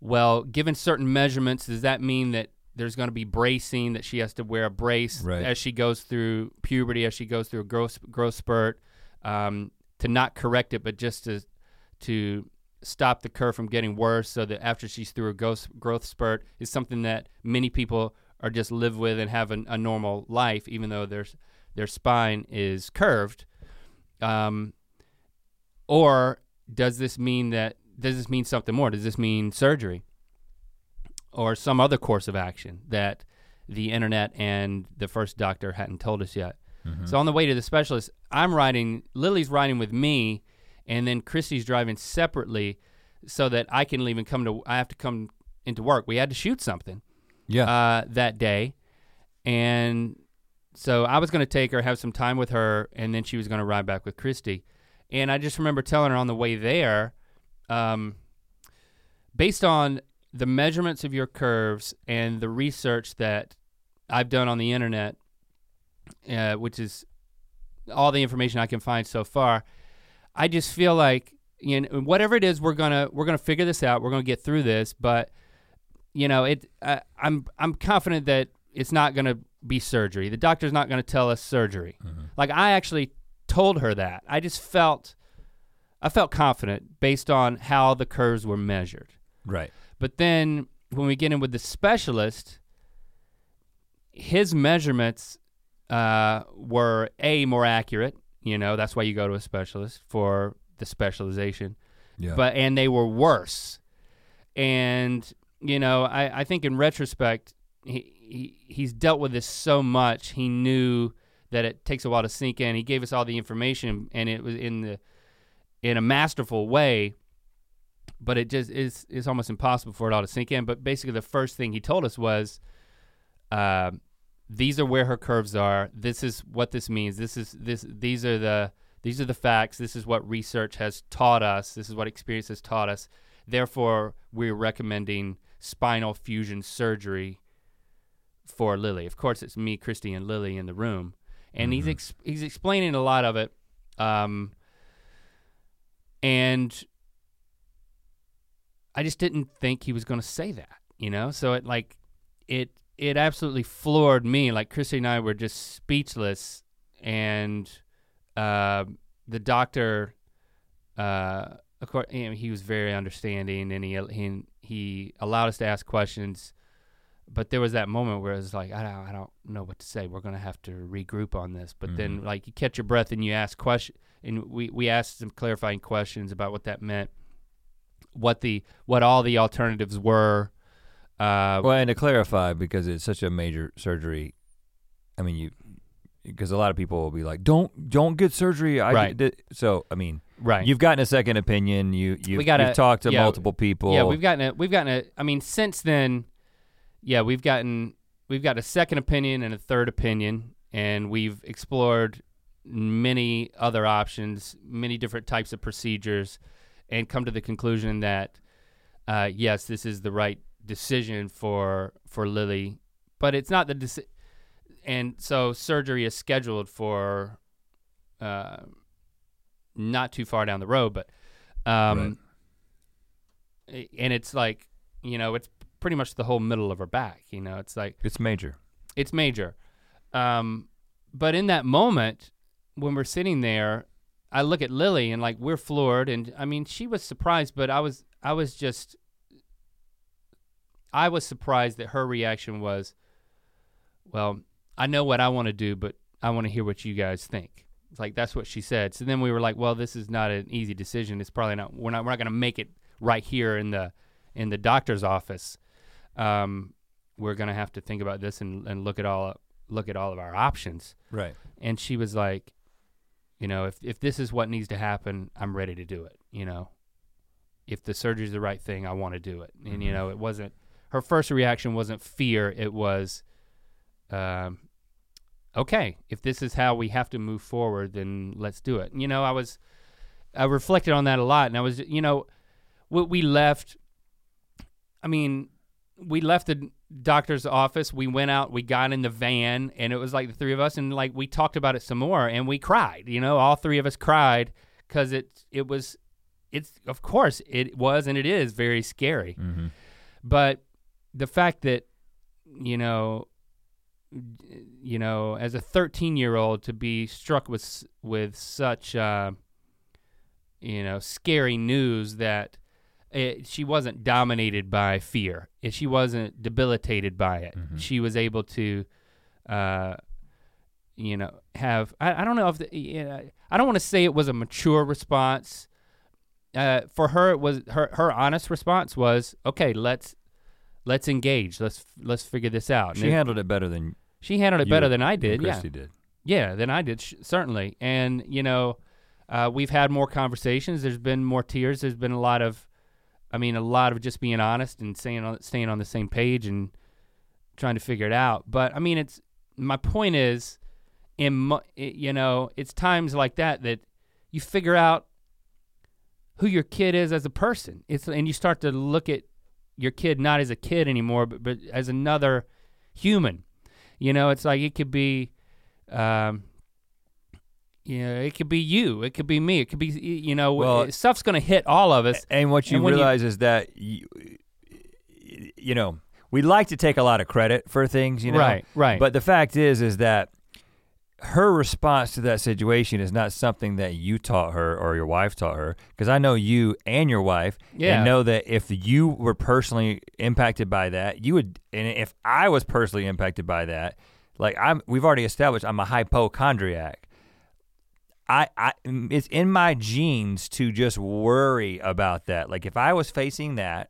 S1: well, given certain measurements, does that mean that there's going to be bracing that she has to wear a brace
S3: Right.
S1: as she goes through puberty, as she goes through a growth growth spurt, um, to not correct it, but just to to stop the curve from getting worse, so that after she's through a growth growth spurt is something that many people are just live with and have an, a normal life, even though their their spine is curved. Um, or does this mean that does this mean something more? Does this mean surgery or some other course of action that the internet and the first doctor hadn't told us yet? So on the way to the specialist, I'm riding. Lily's riding with me, and then Christy's driving separately, so that I can leave and come to. I have to come into work. We had to shoot something
S3: Yeah.
S1: uh, that day, and so I was going to take her, have some time with her, and then she was going to ride back with Christy. And I just remember telling her on the way there, um, based on the measurements of your curves and the research that I've done on the internet, uh, which is all the information I can find so far, I just feel like you know whatever it is, we're gonna we're gonna figure this out. We're gonna get through this, but you know it. I I'm I'm confident that it's not gonna be surgery. The doctor's not gonna tell us surgery. Like I actually told her that. I just felt I felt confident based on how the curves were measured.
S3: right.
S1: But then when we get in with the specialist, his measurements uh, were a more accurate. You know, that's why you go to a specialist for the specialization.
S3: Yeah.
S1: But and they were worse. And you know, I, I think in retrospect, he, he he's dealt with this so much. He knew that it takes a while to sink in. He gave us all the information, and it was in the in a masterful way but it just is it's almost impossible for it all to sink in. But basically, the first thing he told us was, uh, "These are where her curves are. This is what this means. This is this. These are the these are the facts. This is what research has taught us. This is what experience has taught us. Therefore, we're recommending spinal fusion surgery for Lily. Of course, it's me, Christy, and Lily in the room, and he's ex- he's explaining a lot of it, um, and I just didn't think he was going to say that, you know. So it like it it absolutely floored me. Like Christy and I were just speechless, and uh, the doctor, uh, of course, you know, he was very understanding, and he he he allowed us to ask questions. But there was that moment where it was like, I don't, I don't know what to say. We're gonna have to regroup on this. But then, like, you catch your breath and you ask question, and we we asked some clarifying questions about what that meant, what the what all the alternatives were. Uh,
S3: Well, and to clarify, because it's such a major surgery, I mean, you, because a lot of people will be like, "Don't, don't get surgery." I
S1: Right.
S3: did- So, I mean,
S1: right.
S3: you've gotten a second opinion. You, you've,
S1: We gotta-
S3: you've talked to
S1: yeah,
S3: multiple people.
S1: Yeah, we've gotten a we've gotten a I mean since then yeah, we've gotten we've got a second opinion and a third opinion and we've explored many other options, many different types of procedures and come to the conclusion that uh, yes, this is the right decision for for Lily, but it's not the deci- and so surgery is scheduled for uh, not too far down the road, but um,
S3: Right.
S1: and it's like you know it's pretty much the whole middle of her back you know it's like
S3: it's major.
S1: it's major um but in that moment when we're sitting there i look at lily and like we're floored and i mean she was surprised but i was i was just i was surprised that her reaction was well i know what i want to do but i want to hear what you guys think it's like that's what she said so then we were like well this is not an easy decision it's probably not we're not we're not going to make it right here in the in the doctor's office um, we're gonna have to think about this and, and look at all look at all of our options.
S3: Right.
S1: And she was like, you know, if if this is what needs to happen, I'm ready to do it. You know, if the surgery's the right thing, I want to do it. And you know, it wasn't her first reaction wasn't fear. It was, um, okay, if this is how we have to move forward, then let's do it. And, you know, I was I reflected on that a lot, and I was you know, what we left. I mean, we left the doctor's office. We went out. We got in the van, and it was like the three of us, and like we talked about it some more, and we cried. You know, all three of us cried because it it was, it's of course it was and it is very scary,
S3: Mm-hmm.
S1: but the fact that you know, d- you know, as a thirteen year old to be struck with s- with such. Uh, you know, scary news that it, she wasn't dominated by fear. If She wasn't debilitated by it.
S3: Mhm.
S1: She was able to, uh, you know, have. I, I don't know if the, yeah, I don't want to say it was a mature response. Uh, for her, it was her her honest response was okay. Let's let's engage. Let's let's figure this out. And
S3: She
S1: it-
S3: handled it better than
S1: she handled it
S3: you
S1: better than I did. yeah,
S3: Christy did.
S1: yeah, than I did sh- certainly. And you know, uh, we've had more conversations. There's been more tears. There's been a lot of, I mean, a lot of just being honest and staying on staying on the same page and trying to figure it out. But I mean, it's my point is, in mo- it, you know, it's times like that that you figure out who your kid is as a person. It's and you start to look at your kid not as a kid anymore, but but as another human. You know, it's like it could be um, you know, it could be you, it could be me, it could be you know,
S3: Well- eh,
S1: stuff's gonna hit all of us.
S3: And what you
S1: And when you-
S3: realize is that you, you know, we like to take a lot of credit for things, you know.
S1: right, right.
S3: But the fact is, is that her response to that situation is not something that you taught her or your wife taught her. Because I know you and your wife,
S1: Yeah.
S3: and know that if you were personally impacted by that, you would, and if I was personally impacted by that, like I'm, we've already established I'm a hypochondriac. I, I, it's in my genes to just worry about that. Like if I was facing that,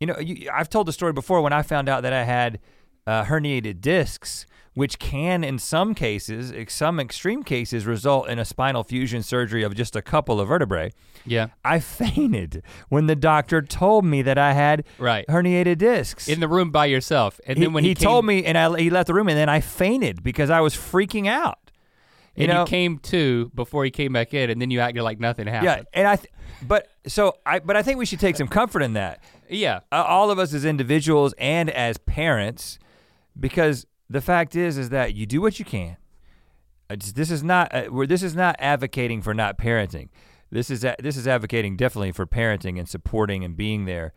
S3: you know, you, I've told the story before when I found out that I had uh, herniated discs, which can, in some cases, ex- some extreme cases, result in a spinal fusion surgery of just a couple of vertebrae.
S1: yeah.
S3: I fainted when the doctor told me that I had
S1: Right.
S3: herniated discs.
S1: In the room by yourself. And
S3: he,
S1: then when he,
S3: he
S1: came-
S3: told me, and I, he left the room, and then I fainted because I was freaking out.
S1: and you,
S3: know-
S1: came to before he came back in, and then you acted like nothing
S3: Yeah,
S1: happened.
S3: and I, th- but so I, but I think we should take some comfort in that.
S1: Yeah,
S3: uh, all of us as individuals and as parents because the fact is is that you do what you can Uh, just- this is not uh, where this is not advocating for not parenting this is a- this is advocating definitely for parenting and supporting and being there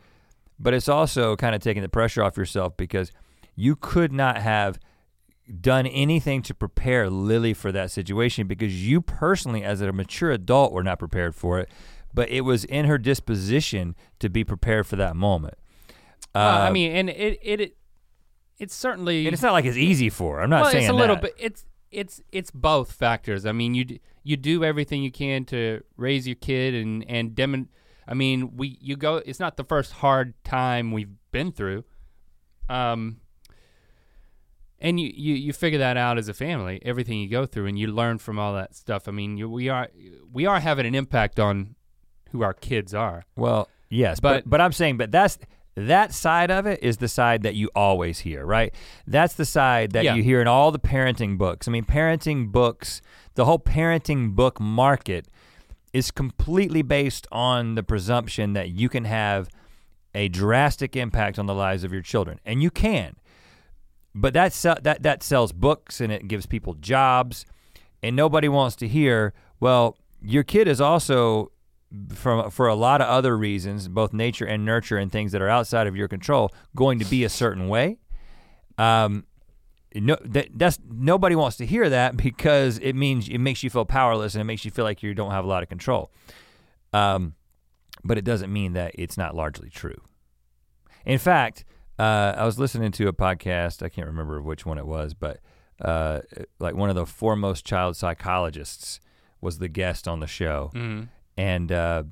S3: but it's also kind of taking the pressure off yourself because you could not have done anything to prepare Lily for that situation because you personally, as a mature adult, were not prepared for it. But it was in her disposition to be prepared for that moment. Uh,
S1: Uh, I mean, and it it, it it's certainly
S3: and it's not like it's easy for. Her. I'm not
S1: well,
S3: saying
S1: it's a little
S3: that.
S1: bit. It's it's it's both factors. I mean, you d- you do everything you can to raise your kid and and demon. I mean, we you go. It's not the first hard time we've been through, um. And you, you you figure that out as a family. Everything you go through, and you learn from all that stuff. I mean, you, we are we are having an impact on who our kids are.
S3: Well, yes, but, but
S1: But-
S3: I'm saying, but that's that side of it is the side that you always hear, right? That's the side that
S1: Yeah.
S3: you hear in all the parenting books. I mean, parenting books, the whole parenting book market is completely based on the presumption that you can have a drastic impact on the lives of your children, and you can. But that sell, that that sells books and it gives people jobs, and nobody wants to hear. Well, your kid is also from for a lot of other reasons, both nature and nurture, and things that are outside of your control, going to be a certain way. Um, no, that that's nobody wants to hear that because it means it makes you feel powerless and it makes you feel like you don't have a lot of control. Um, but it doesn't mean that it's not largely true. In fact, uh, I was listening to a podcast. I can't remember which one it was, but uh, like one of the foremost child psychologists was the guest on the show
S1: Mm.
S3: and uh,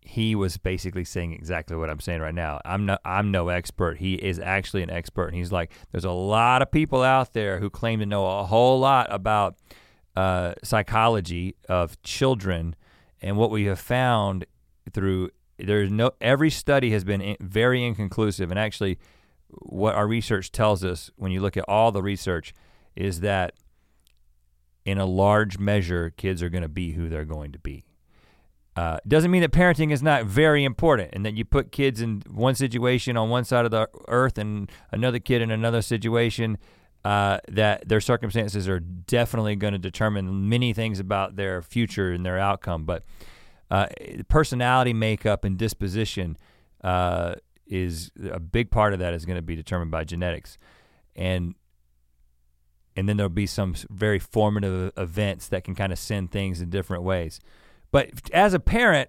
S3: he was basically saying exactly what I'm saying right now. I'm no, I'm no expert. He is actually an expert, and he's like, there's a lot of people out there who claim to know a whole lot about uh, psychology of children, and what we have found through there's no every study has been in, very inconclusive, and actually, what our research tells us when you look at all the research is that in a large measure kids are going to be who they're going to be uh, doesn't mean that parenting is not very important and that you put kids in one situation on one side of the earth and another kid in another situation uh, that their circumstances are definitely going to determine many things about their future and their outcome but uh, personality makeup and disposition uh, is a big part of that is going to be determined by genetics and and then there'll be some s- very formative e, events that can kind of send things in different ways but f- as a parent,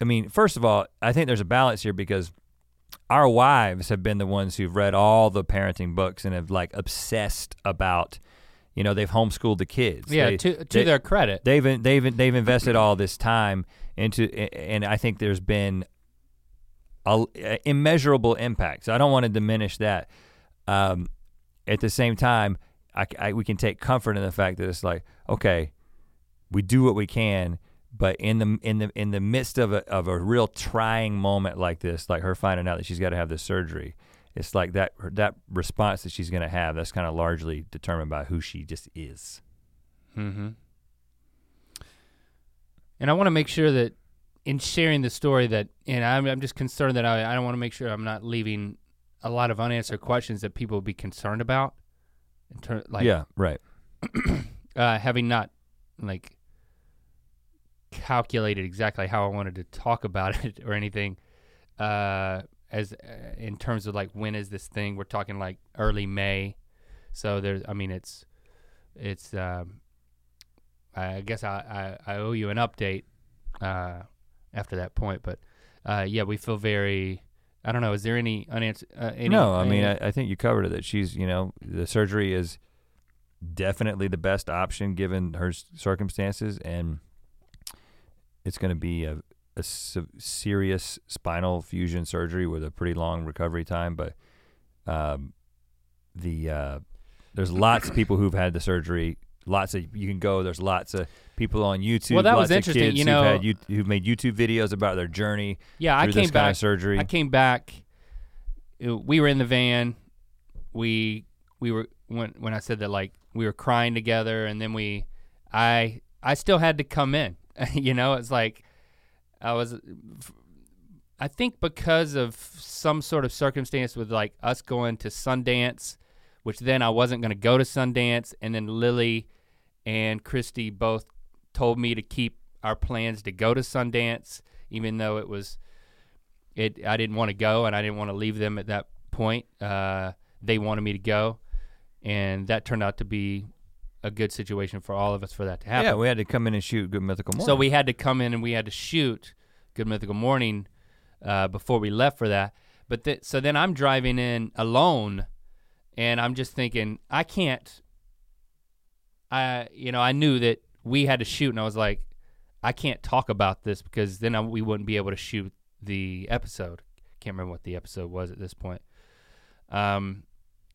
S3: I mean, first of all, I think there's a balance here because our wives have been the ones who've read all the parenting books and have like obsessed about, you know, they've homeschooled the kids.
S1: Yeah,
S3: They-
S1: to to
S3: they-
S1: their credit.
S3: They've they've they've invested all this time into, and I think there's been a, immeasurable impact. So I don't want to diminish that. Um, at the same time, I, I- we can take comfort in the fact that it's like, okay, we do what we can, but in the in the in the midst of a of a real trying moment like this, like her finding out that she's got to have this surgery, it's like that that response that she's going to have that's kind of largely determined by who she just is.
S1: Mm-hmm. And I want to make sure that in sharing the story that, and I'm, I'm just concerned that I, I want to make sure I'm not leaving a lot of unanswered questions that people would be concerned about. In ter- like
S3: yeah, right.
S1: uh, having not like calculated exactly how I wanted to talk about it or anything uh, as uh, in terms of like when is this thing we're talking like early May so there's I mean it's it's um, I guess I, I, I owe you an update uh, after that point but uh, yeah we feel very I don't know is there any unanswered uh, any,
S3: no, I mean,
S1: any-
S3: I, I think you covered it. That she's, you know, the surgery is definitely the best option given her s- circumstances, and it's going to be a, a se- serious spinal fusion surgery with a pretty long recovery time. But um, the uh, there's lots of people who've had the surgery. Lots of you can go. There's lots of people on YouTube.
S1: Well, that was
S3: lots of
S1: interesting,
S3: kids
S1: you
S3: who've,
S1: know-
S3: had, you, who've made YouTube videos about their journey
S1: yeah
S3: through
S1: I
S3: this
S1: came
S3: kind
S1: back
S3: of surgery.
S1: I came back. uh, We were in the van. We we were when when I said that like we were crying together and then we I I still had to come in. you know, it's like I was I think because of some sort of circumstance with like us going to Sundance, which then I wasn't going to go to Sundance and then Lily and Christy both told me to keep our plans to go to Sundance even though it was it I didn't want to go and I didn't want to leave them at that point. Uh, they wanted me to go, and that turned out to be a good situation for all of us for that to happen.
S3: Yeah, we had to come in and shoot Good Mythical Morning.
S1: so we had to come in and we had to shoot Good Mythical Morning uh, before we left for that. But th- so then I'm driving in alone, and I'm just thinking I can't. I you know I knew that we had to shoot, and I was like, I can't talk about this because then I, we wouldn't be able to shoot the episode. Can't remember what the episode was at this point. Um,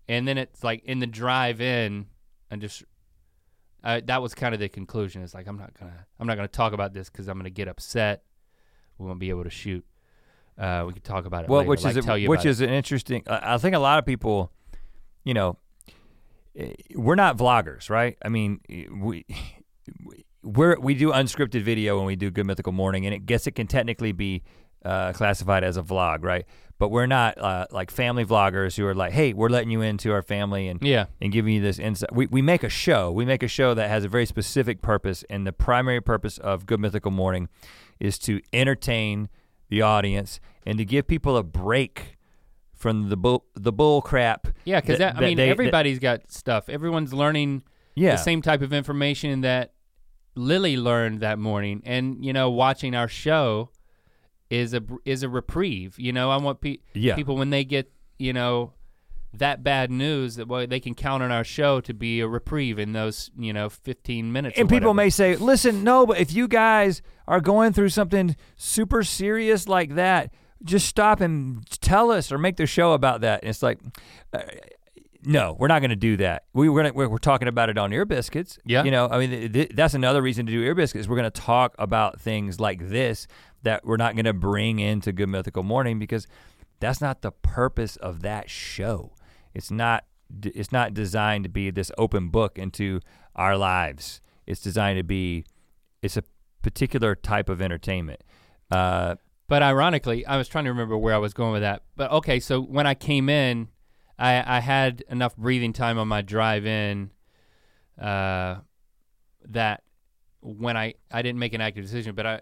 S1: and then it's like in the drive in, and just uh, that was kind of the conclusion. It's like I'm not gonna I'm not gonna talk about this because I'm gonna get upset. We won't be able to shoot. Uh, we could talk about it.
S3: well,
S1: later,
S3: which
S1: like,
S3: is
S1: tell
S3: a,
S1: you
S3: which
S1: about it.
S3: is an interesting. I I think a lot of people, you know, eh, we're not vloggers, right? I mean, eh, we. we- We're, we do unscripted video when we do Good Mythical Morning, and it guess it can technically be uh, classified as a vlog, right? But we're not uh, like family vloggers who are like, "Hey, we're letting you into our family and
S1: yeah.
S3: and giving you this insight. We, we make a show. We make a show that has a very specific purpose, and the primary purpose of Good Mythical Morning is to entertain the audience and to give people a break from the bull the bull crap.
S1: Yeah, because
S3: that-
S1: that, I
S3: that
S1: mean,
S3: they- that-
S1: everybody's got stuff. Everyone's learning
S3: Yeah,
S1: the same type of information that Lily learned that morning, and you know, watching our show is a is a reprieve. You know, I want pe-
S3: yeah,
S1: people when they get you know that bad news that well, they can count on our show to be a reprieve in those you know 15 minutes. or
S3: And people
S1: whatever.
S3: may say, listen, no, but if you guys are going through something super serious like that, just stop and tell us or make the show about that. And it's like, uh, no, we're not going to do that. We, we're, gonna, we're, we're talking about it on Ear Biscuits.
S1: Yeah.
S3: You know, I mean, th- th- that's another reason to do Ear Biscuits. We're going to talk about things like this that we're not going to bring into Good Mythical Morning because that's not the purpose of that show. It's not d- it's not designed to be this open book into our lives. It's designed to be it's a particular type of entertainment. Uh,
S1: But ironically, I was trying to remember where I was going with that. But okay, so when I came in, I, I had enough breathing time on my drive in uh, that when I, I didn't make an active decision, but I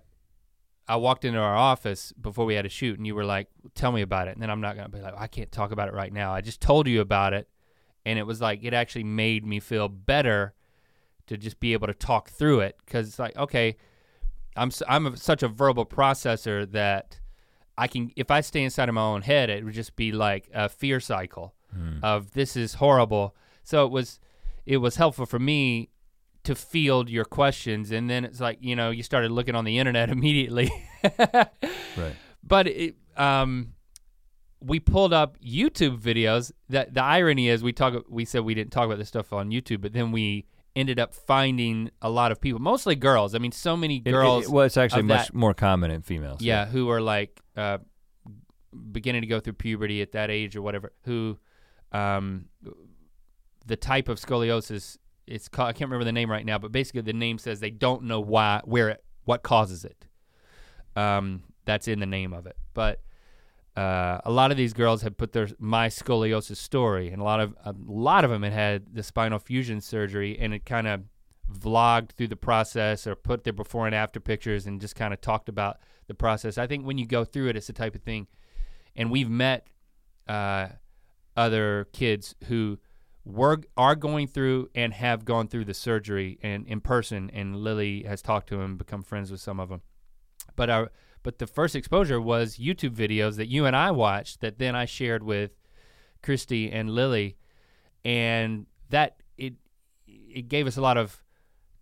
S1: I walked into our office before we had a shoot and you were like, tell me about it. And then I'm not going to be like, I can't talk about it right now. I just told you about it. And it was like, it actually made me feel better to just be able to talk through it. Cause it's like, okay, I'm s- I'm a, such a verbal processor that I can if I stay inside of my own head, it would just be like a fear cycle
S3: Hmm.
S1: of this is horrible. So it was it was helpful for me to field your questions, and then it's like you know you started looking on the internet immediately.
S3: right.
S1: but it, um, we pulled up YouTube videos. That the irony is, we talk. We said we didn't talk about this stuff on YouTube, but then we ended up finding a lot of people, mostly girls. I mean, so many
S3: It- it-
S1: girls.
S3: well, it's actually
S1: of
S3: much
S1: that-
S3: more common in females.
S1: yeah, who are like uh, beginning to go through puberty at that age or whatever. Who, um, the type of scoliosis it's called. I can't remember the name right now, but basically the name says they don't know why, where it, what causes it. Um, that's in the name of it. But uh, a lot of these girls had put their my scoliosis story, and a lot of a lot of them had had the spinal fusion surgery, and it kind of vlogged through the process or put their before and after pictures and just kind of talked about the process. I think when you go through it, it's the type of thing, and we've met uh, other kids who were are going through and have gone through the surgery and in person, and Lily has talked to him, become friends with some of them. But our but the first exposure was YouTube videos that you and I watched that then I shared with Christy and Lily, and that it it gave us a lot of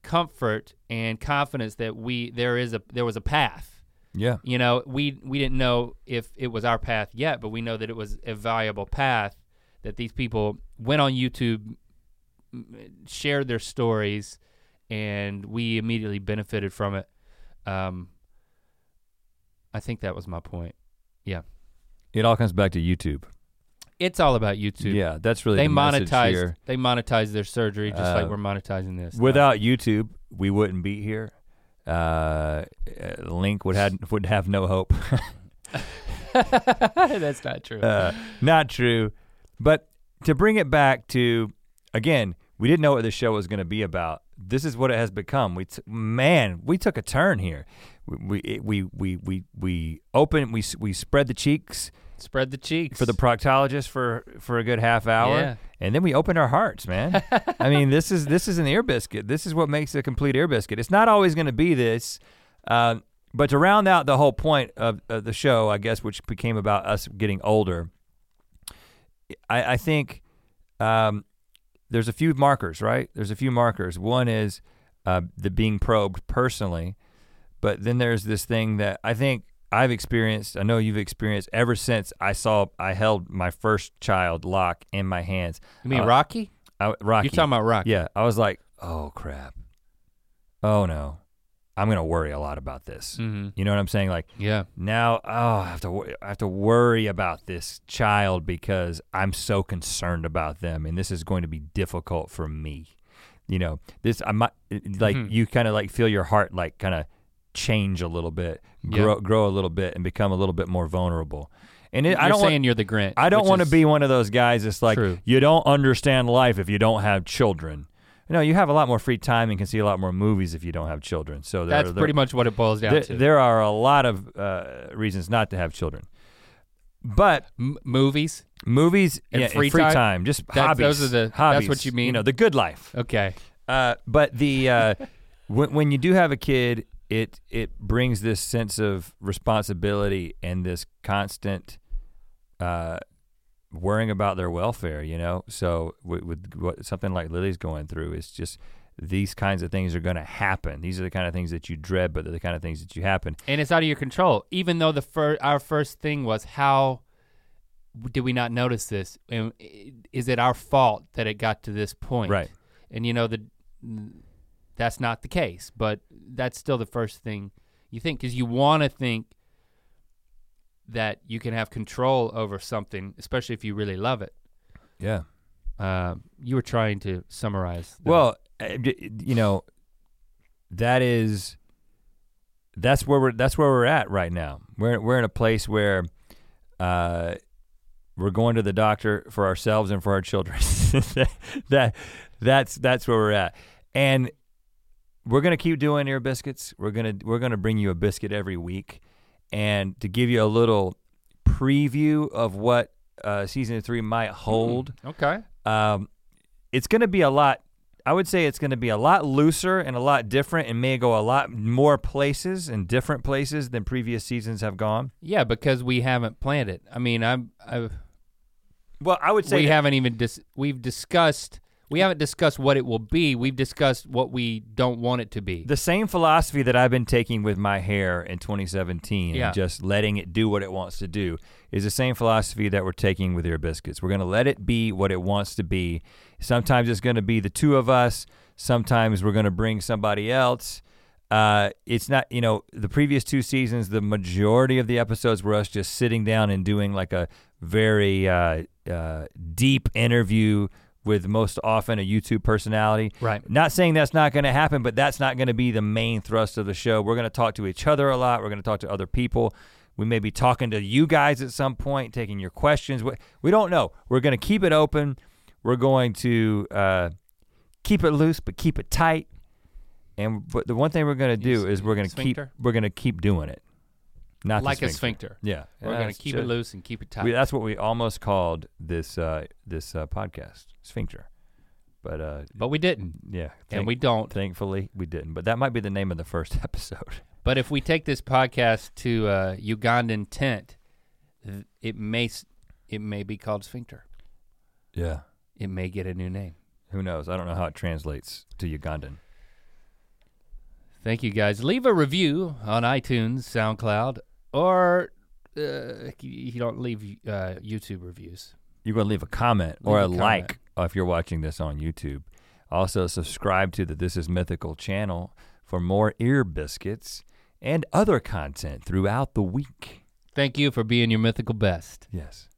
S1: comfort and confidence that we there is a there was a path
S3: Yeah.
S1: you know we we didn't know if it was our path yet but we know that it was a viable path that these people went on youtube m- shared their stories and we immediately benefited from it um i think that was my point
S3: It all comes back to YouTube.
S1: it's all about YouTube.
S3: Yeah, that's really
S1: They
S3: the message
S1: monetize.
S3: here.
S1: They monetize their surgery just
S3: Uh,
S1: like we're monetizing this.
S3: Without YouTube, we wouldn't be here. Uh, uh, Link would had would have no hope.
S1: That's not true.
S3: uh, not true. But to bring it back to, again, we didn't know what the show was going to be about. This is what it has become. We t- man, we took a turn here. We we it- we we we, we open we s- we spread the cheeks
S1: Spread the cheeks
S3: for the proctologist for for a good half hour,
S1: Yeah.
S3: and then we open our hearts, man. I mean, this is this is an ear biscuit. This is what makes a complete ear biscuit. It's not always going to be this, um, but to round out the whole point of, of the show, I guess, which became about us getting older. I, I think um, there's a few markers, right? There's a few markers. One is uh, the being probed personally, but then there's this thing that I think I've experienced. I know you've experienced ever since I saw I held my first child lock in my hands.
S1: You mean
S3: Uh,
S1: Rocky?
S3: I, Rocky.
S1: You're talking about Rocky.
S3: Yeah, I was like, oh crap, oh no, I'm gonna worry a lot about this.
S1: hmm
S3: You know what I'm saying? Like
S1: Yeah.
S3: now, oh, I have to wor- I have to worry about this child because I'm so concerned about them, and this is going to be difficult for me. You know, this I might eh, like
S1: Mhm.
S3: you kind of like feel your heart like kind of change a little bit,
S1: Yeah.
S3: grow grow a little bit, and become a little bit more vulnerable. And it, I
S1: You're
S3: don't want-
S1: saying you're the Grinch.
S3: I don't
S1: which
S3: want to
S1: is-
S3: be one of those guys that's like,
S1: True.
S3: you don't understand life if you don't have children. No, you have a lot more free time and can see a lot more movies if you don't have children. So there,
S1: That's
S3: there,
S1: pretty much what it boils down
S3: there,
S1: to.
S3: there are a lot of uh, reasons not to have children. But
S1: M- movies.
S3: movies
S1: And
S3: yeah,
S1: free
S3: free
S1: time?
S3: time, just
S1: That-
S3: hobbies.
S1: those are the- that's
S3: hobbies,
S1: what you
S3: You
S1: mean?
S3: know, the good life.
S1: Okay.
S3: Uh, but the uh, when, when you do have a kid, it it brings this sense of responsibility and this constant uh, worrying about their welfare. You know, so with, with what something like Lily's going through, it's just these kinds of things are going to happen. These are the kind of things that you dread, but they're the kind of things that you happen.
S1: And it's out of your control. Even though the fir- our first thing was how did we not notice this? And i- is it our fault that it got to this point?
S3: Right.
S1: And you know the that's not the case, but that's still the first thing you think because you want to think that you can have control over something, especially if you really love it.
S3: Yeah.
S1: Uh, you were trying to summarize. the-
S3: Well, uh, d- you know, that is that's where we're that's where we're at right now. We're we're in a place where uh we're going to the doctor for ourselves and for our children. that that's that's where we're at. And we're going to keep doing ear biscuits. We're going to we're going to bring you a biscuit every week and to give you a little preview of what uh, season 3 might hold.
S1: okay.
S3: Um, it's going to be a lot. I would say it's going to be a lot looser and a lot different, and may go a lot more places and different places than previous seasons have gone.
S1: Yeah, because we haven't planned it. I mean, I'm, I've,
S3: Well, I would say
S1: we haven't even dis- we've discussed we haven't discussed what it will be. We've discussed what we don't want it to be.
S3: the same philosophy that I've been taking with my hair in 2017,
S1: Yeah.
S3: and just letting it do what it wants to do, is the same philosophy that we're taking with ear biscuits. We're going to let it be what it wants to be. Sometimes it's going to be the two of us. Sometimes we're going to bring somebody else. Uh, it's not, you know, the previous two seasons, the majority of the episodes were us just sitting down and doing like a very uh, uh, deep interview with most often a YouTube personality.
S1: Right.
S3: Not saying that's not going to happen, but that's not going to be the main thrust of the show. We're going to talk to each other a lot. We're going to talk to other people. We may be talking to you guys at some point, taking your questions. We, we don't know. We're going to keep it open. We're going to uh, keep it loose, but keep it tight. And but the one thing we're going to do is we're going to keep
S1: Sphincter?
S3: we're going to keep doing it. Not the
S1: like a sphincter.
S3: Yeah,
S1: We're gonna
S3: That's
S1: keep
S3: ju-
S1: it loose and keep it tight.
S3: we, that's what we almost called this uh, this uh, podcast sphincter, but uh,
S1: but we didn't,
S3: yeah,
S1: and
S3: thank-
S1: we don't.
S3: Thankfully, we didn't. But that might be the name of the first episode.
S1: But if we take this podcast to uh, Ugandan tent, th- it may s- it may be called Sphincter.
S3: Yeah.
S1: It may get a new name.
S3: Who knows? I don't know how it translates to Ugandan.
S1: Thank you guys. Leave a review on iTunes, SoundCloud, or uh, y- you don't leave uh, YouTube reviews.
S3: You're going to leave a comment or
S1: Leave
S3: a,
S1: a comment.
S3: like if you're watching this on YouTube. Also, subscribe to the This Is Mythical channel for more ear biscuits and other content throughout the week.
S1: Thank you for being your mythical best.
S3: Yes.